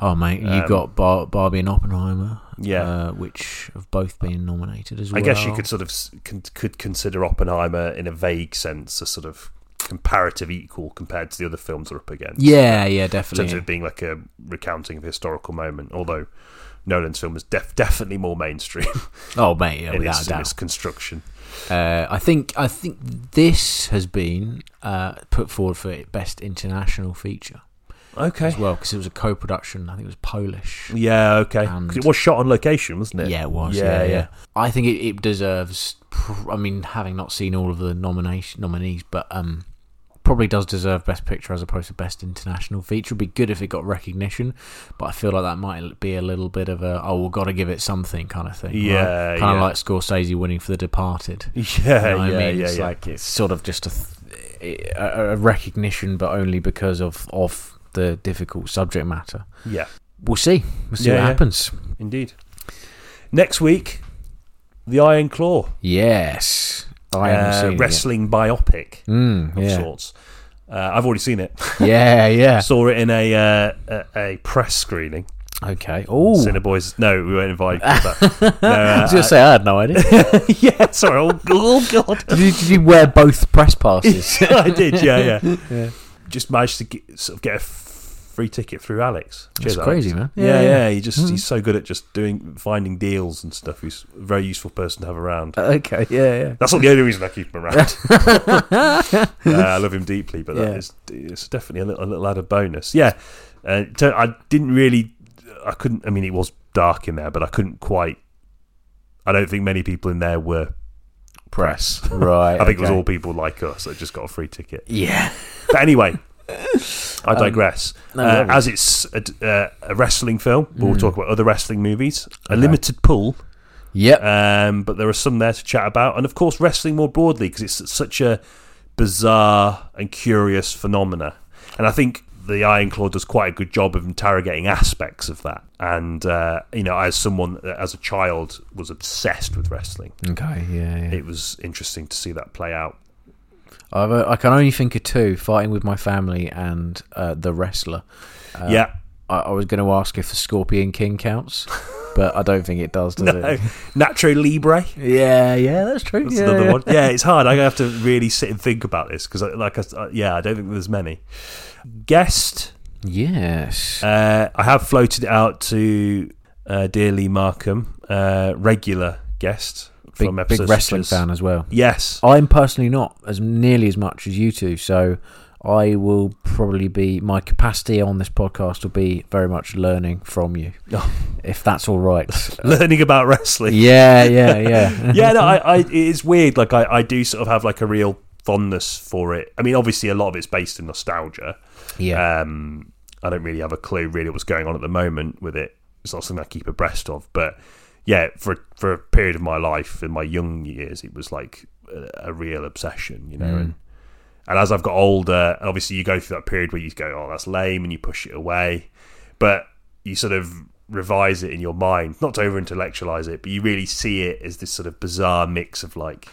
Speaker 2: Oh mate, you
Speaker 1: Um,
Speaker 2: got Bar- Barbie and Oppenheimer.
Speaker 1: Yeah.
Speaker 2: uh, which have both been nominated as
Speaker 1: I
Speaker 2: well.
Speaker 1: guess you could sort of s- con- could consider Oppenheimer in a vague sense a sort of comparative equal compared to the other films they're up against.
Speaker 2: Yeah, yeah,
Speaker 1: in terms
Speaker 2: definitely.
Speaker 1: of it being like a recounting of a historical moment, although. Nolan's film is def- definitely more mainstream
Speaker 2: oh mate, yeah,
Speaker 1: in,
Speaker 2: without
Speaker 1: its,
Speaker 2: a
Speaker 1: in
Speaker 2: doubt.
Speaker 1: its construction.
Speaker 2: Uh, I think I think this has been uh, put forward for best international feature
Speaker 1: Okay.
Speaker 2: as well because it was a co-production. I think it was Polish.
Speaker 1: Yeah, okay. 'Cause
Speaker 2: And-
Speaker 1: it was shot on location, wasn't it?
Speaker 2: Yeah, it was.
Speaker 1: Yeah,
Speaker 2: Yeah, yeah.
Speaker 1: yeah.
Speaker 2: I think it, it deserves. pr- I mean, having not seen all of the nomination nominees, but um, probably does deserve Best Picture as opposed to Best International Feature. Would be good if it got recognition, but I feel like that might be a little bit of a oh, we've got to give it something kind of thing.
Speaker 1: Yeah,
Speaker 2: kind of
Speaker 1: yeah.
Speaker 2: like Scorsese winning for The Departed.
Speaker 1: Yeah,
Speaker 2: You know what
Speaker 1: yeah,
Speaker 2: I mean?
Speaker 1: yeah,
Speaker 2: it's
Speaker 1: yeah.
Speaker 2: like it's sort of just a, th- a a recognition, but only because of of the difficult subject matter.
Speaker 1: yeah,
Speaker 2: We'll see. We'll see
Speaker 1: Yeah,
Speaker 2: what
Speaker 1: yeah.
Speaker 2: happens.
Speaker 1: indeed. Next week, The Iron Claw,
Speaker 2: Yes, I
Speaker 1: uh,
Speaker 2: am
Speaker 1: wrestling biopic
Speaker 2: Mm,
Speaker 1: of
Speaker 2: yeah.
Speaker 1: sorts. Uh, I've already seen it.
Speaker 2: yeah, yeah.
Speaker 1: Saw it in a uh, a, a press screening.
Speaker 2: Okay. Oh,
Speaker 1: Cineboys. No, we weren't invited. For that. no,
Speaker 2: I
Speaker 1: uh,
Speaker 2: was gonna say I had no idea.
Speaker 1: I- yeah, sorry. Oh, oh God.
Speaker 2: did, you, did you wear both press passes?
Speaker 1: I did. Yeah, yeah. Just managed to get, sort of get a f- free ticket through Alex.
Speaker 2: That's
Speaker 1: Cheers, Alex.
Speaker 2: crazy, man.
Speaker 1: Yeah, yeah.
Speaker 2: yeah.
Speaker 1: He just he's so good at just doing finding deals and stuff. He's a very useful person to have around.
Speaker 2: Okay. Yeah, yeah.
Speaker 1: That's not the only reason I keep him around. Uh, I love him deeply, but
Speaker 2: Yeah.
Speaker 1: that is, it's definitely a little, a little added bonus. Yeah, uh, so I didn't really, I couldn't. I mean, it was dark in there, but I couldn't quite. I don't think many people in there were press.
Speaker 2: Right.
Speaker 1: I think it was
Speaker 2: okay.
Speaker 1: all people like us that just got a free ticket.
Speaker 2: Yeah.
Speaker 1: But anyway, I digress.
Speaker 2: Um, no
Speaker 1: uh,
Speaker 2: worries. Mm.
Speaker 1: as it's a, d- uh, a wrestling film, but we'll talk about other wrestling movies. A
Speaker 2: Okay.
Speaker 1: limited pool,
Speaker 2: Yep.
Speaker 1: um, but there are some there to chat about, and of course, wrestling more broadly because it's such a bizarre and curious phenomena. And I think the Iron Claw does quite a good job of interrogating aspects of that. And uh, you know, as someone that as a child was obsessed with wrestling,
Speaker 2: okay. Yeah. yeah.
Speaker 1: uh, it was interesting to see that play out.
Speaker 2: I've, uh, I can only think of two: fighting with my family and uh, the wrestler. Uh,
Speaker 1: yeah.
Speaker 2: I, I was going to ask if the Scorpion King counts, but I don't think it does, does
Speaker 1: No,
Speaker 2: it?
Speaker 1: Nacho Libre.
Speaker 2: Yeah, yeah, that's true.
Speaker 1: That's
Speaker 2: yeah,
Speaker 1: another
Speaker 2: yeah.
Speaker 1: one. Yeah, it's hard. I have to really sit and think about this because, like, I, s- uh, yeah, I don't think there's many. Guest,
Speaker 2: Yes.
Speaker 1: uh, I have floated it out to uh, dear Lee Markham, uh, regular guest
Speaker 2: big,
Speaker 1: from
Speaker 2: big
Speaker 1: episodes
Speaker 2: wrestling
Speaker 1: such as-
Speaker 2: fan as well.
Speaker 1: Yes,
Speaker 2: I'm personally not as nearly as much as you two, so I will probably be my capacity on this podcast will be very much learning from you,
Speaker 1: Oh.
Speaker 2: if that's all right.
Speaker 1: learning about wrestling.
Speaker 2: yeah, yeah, yeah,
Speaker 1: yeah, no, I, I, it is weird. Like, I, I do sort of have like a real fondness for it. I mean, obviously, a lot of it's based in nostalgia.
Speaker 2: yeah.
Speaker 1: Um, I don't really have a clue really what's going on at the moment with it. It's not something I keep abreast of, but yeah, for for a period of my life in my young years, it was like a, a real obsession, you know. And and as I've got older, and obviously you go through that period where you go, "Oh, that's lame," and you push it away, but you sort of revise it in your mind, not to over intellectualize it, but you really see it as this sort of bizarre mix of like.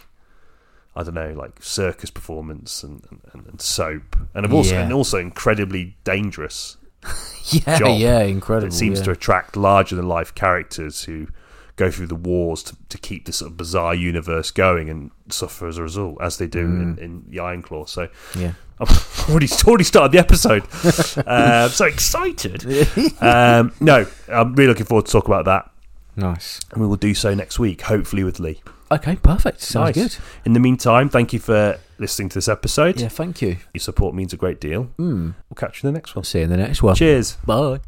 Speaker 1: I don't know, like circus performance and, and, and soap, and I've also
Speaker 2: Yeah.
Speaker 1: and also incredibly dangerous.
Speaker 2: yeah,
Speaker 1: job
Speaker 2: yeah, incredible.
Speaker 1: It seems
Speaker 2: yeah.
Speaker 1: to attract larger than life characters who go through the wars to, to keep this sort of bizarre universe going and suffer as a result, as they do in,
Speaker 2: Hmm.
Speaker 1: in the Iron Claw. So
Speaker 2: yeah.
Speaker 1: I've already, already started the episode. uh, I'm so excited. Um, no, I'm really looking forward to talk about that.
Speaker 2: Nice.
Speaker 1: And we will do so next week, hopefully with Lee.
Speaker 2: Okay, perfect. Sounds
Speaker 1: Nice.
Speaker 2: good.
Speaker 1: In the meantime, thank you for listening to this episode.
Speaker 2: Yeah, thank you.
Speaker 1: Your support means a great deal.
Speaker 2: Mm.
Speaker 1: We'll catch you in the next one.
Speaker 2: See you in the next one.
Speaker 1: Cheers.
Speaker 2: Bye.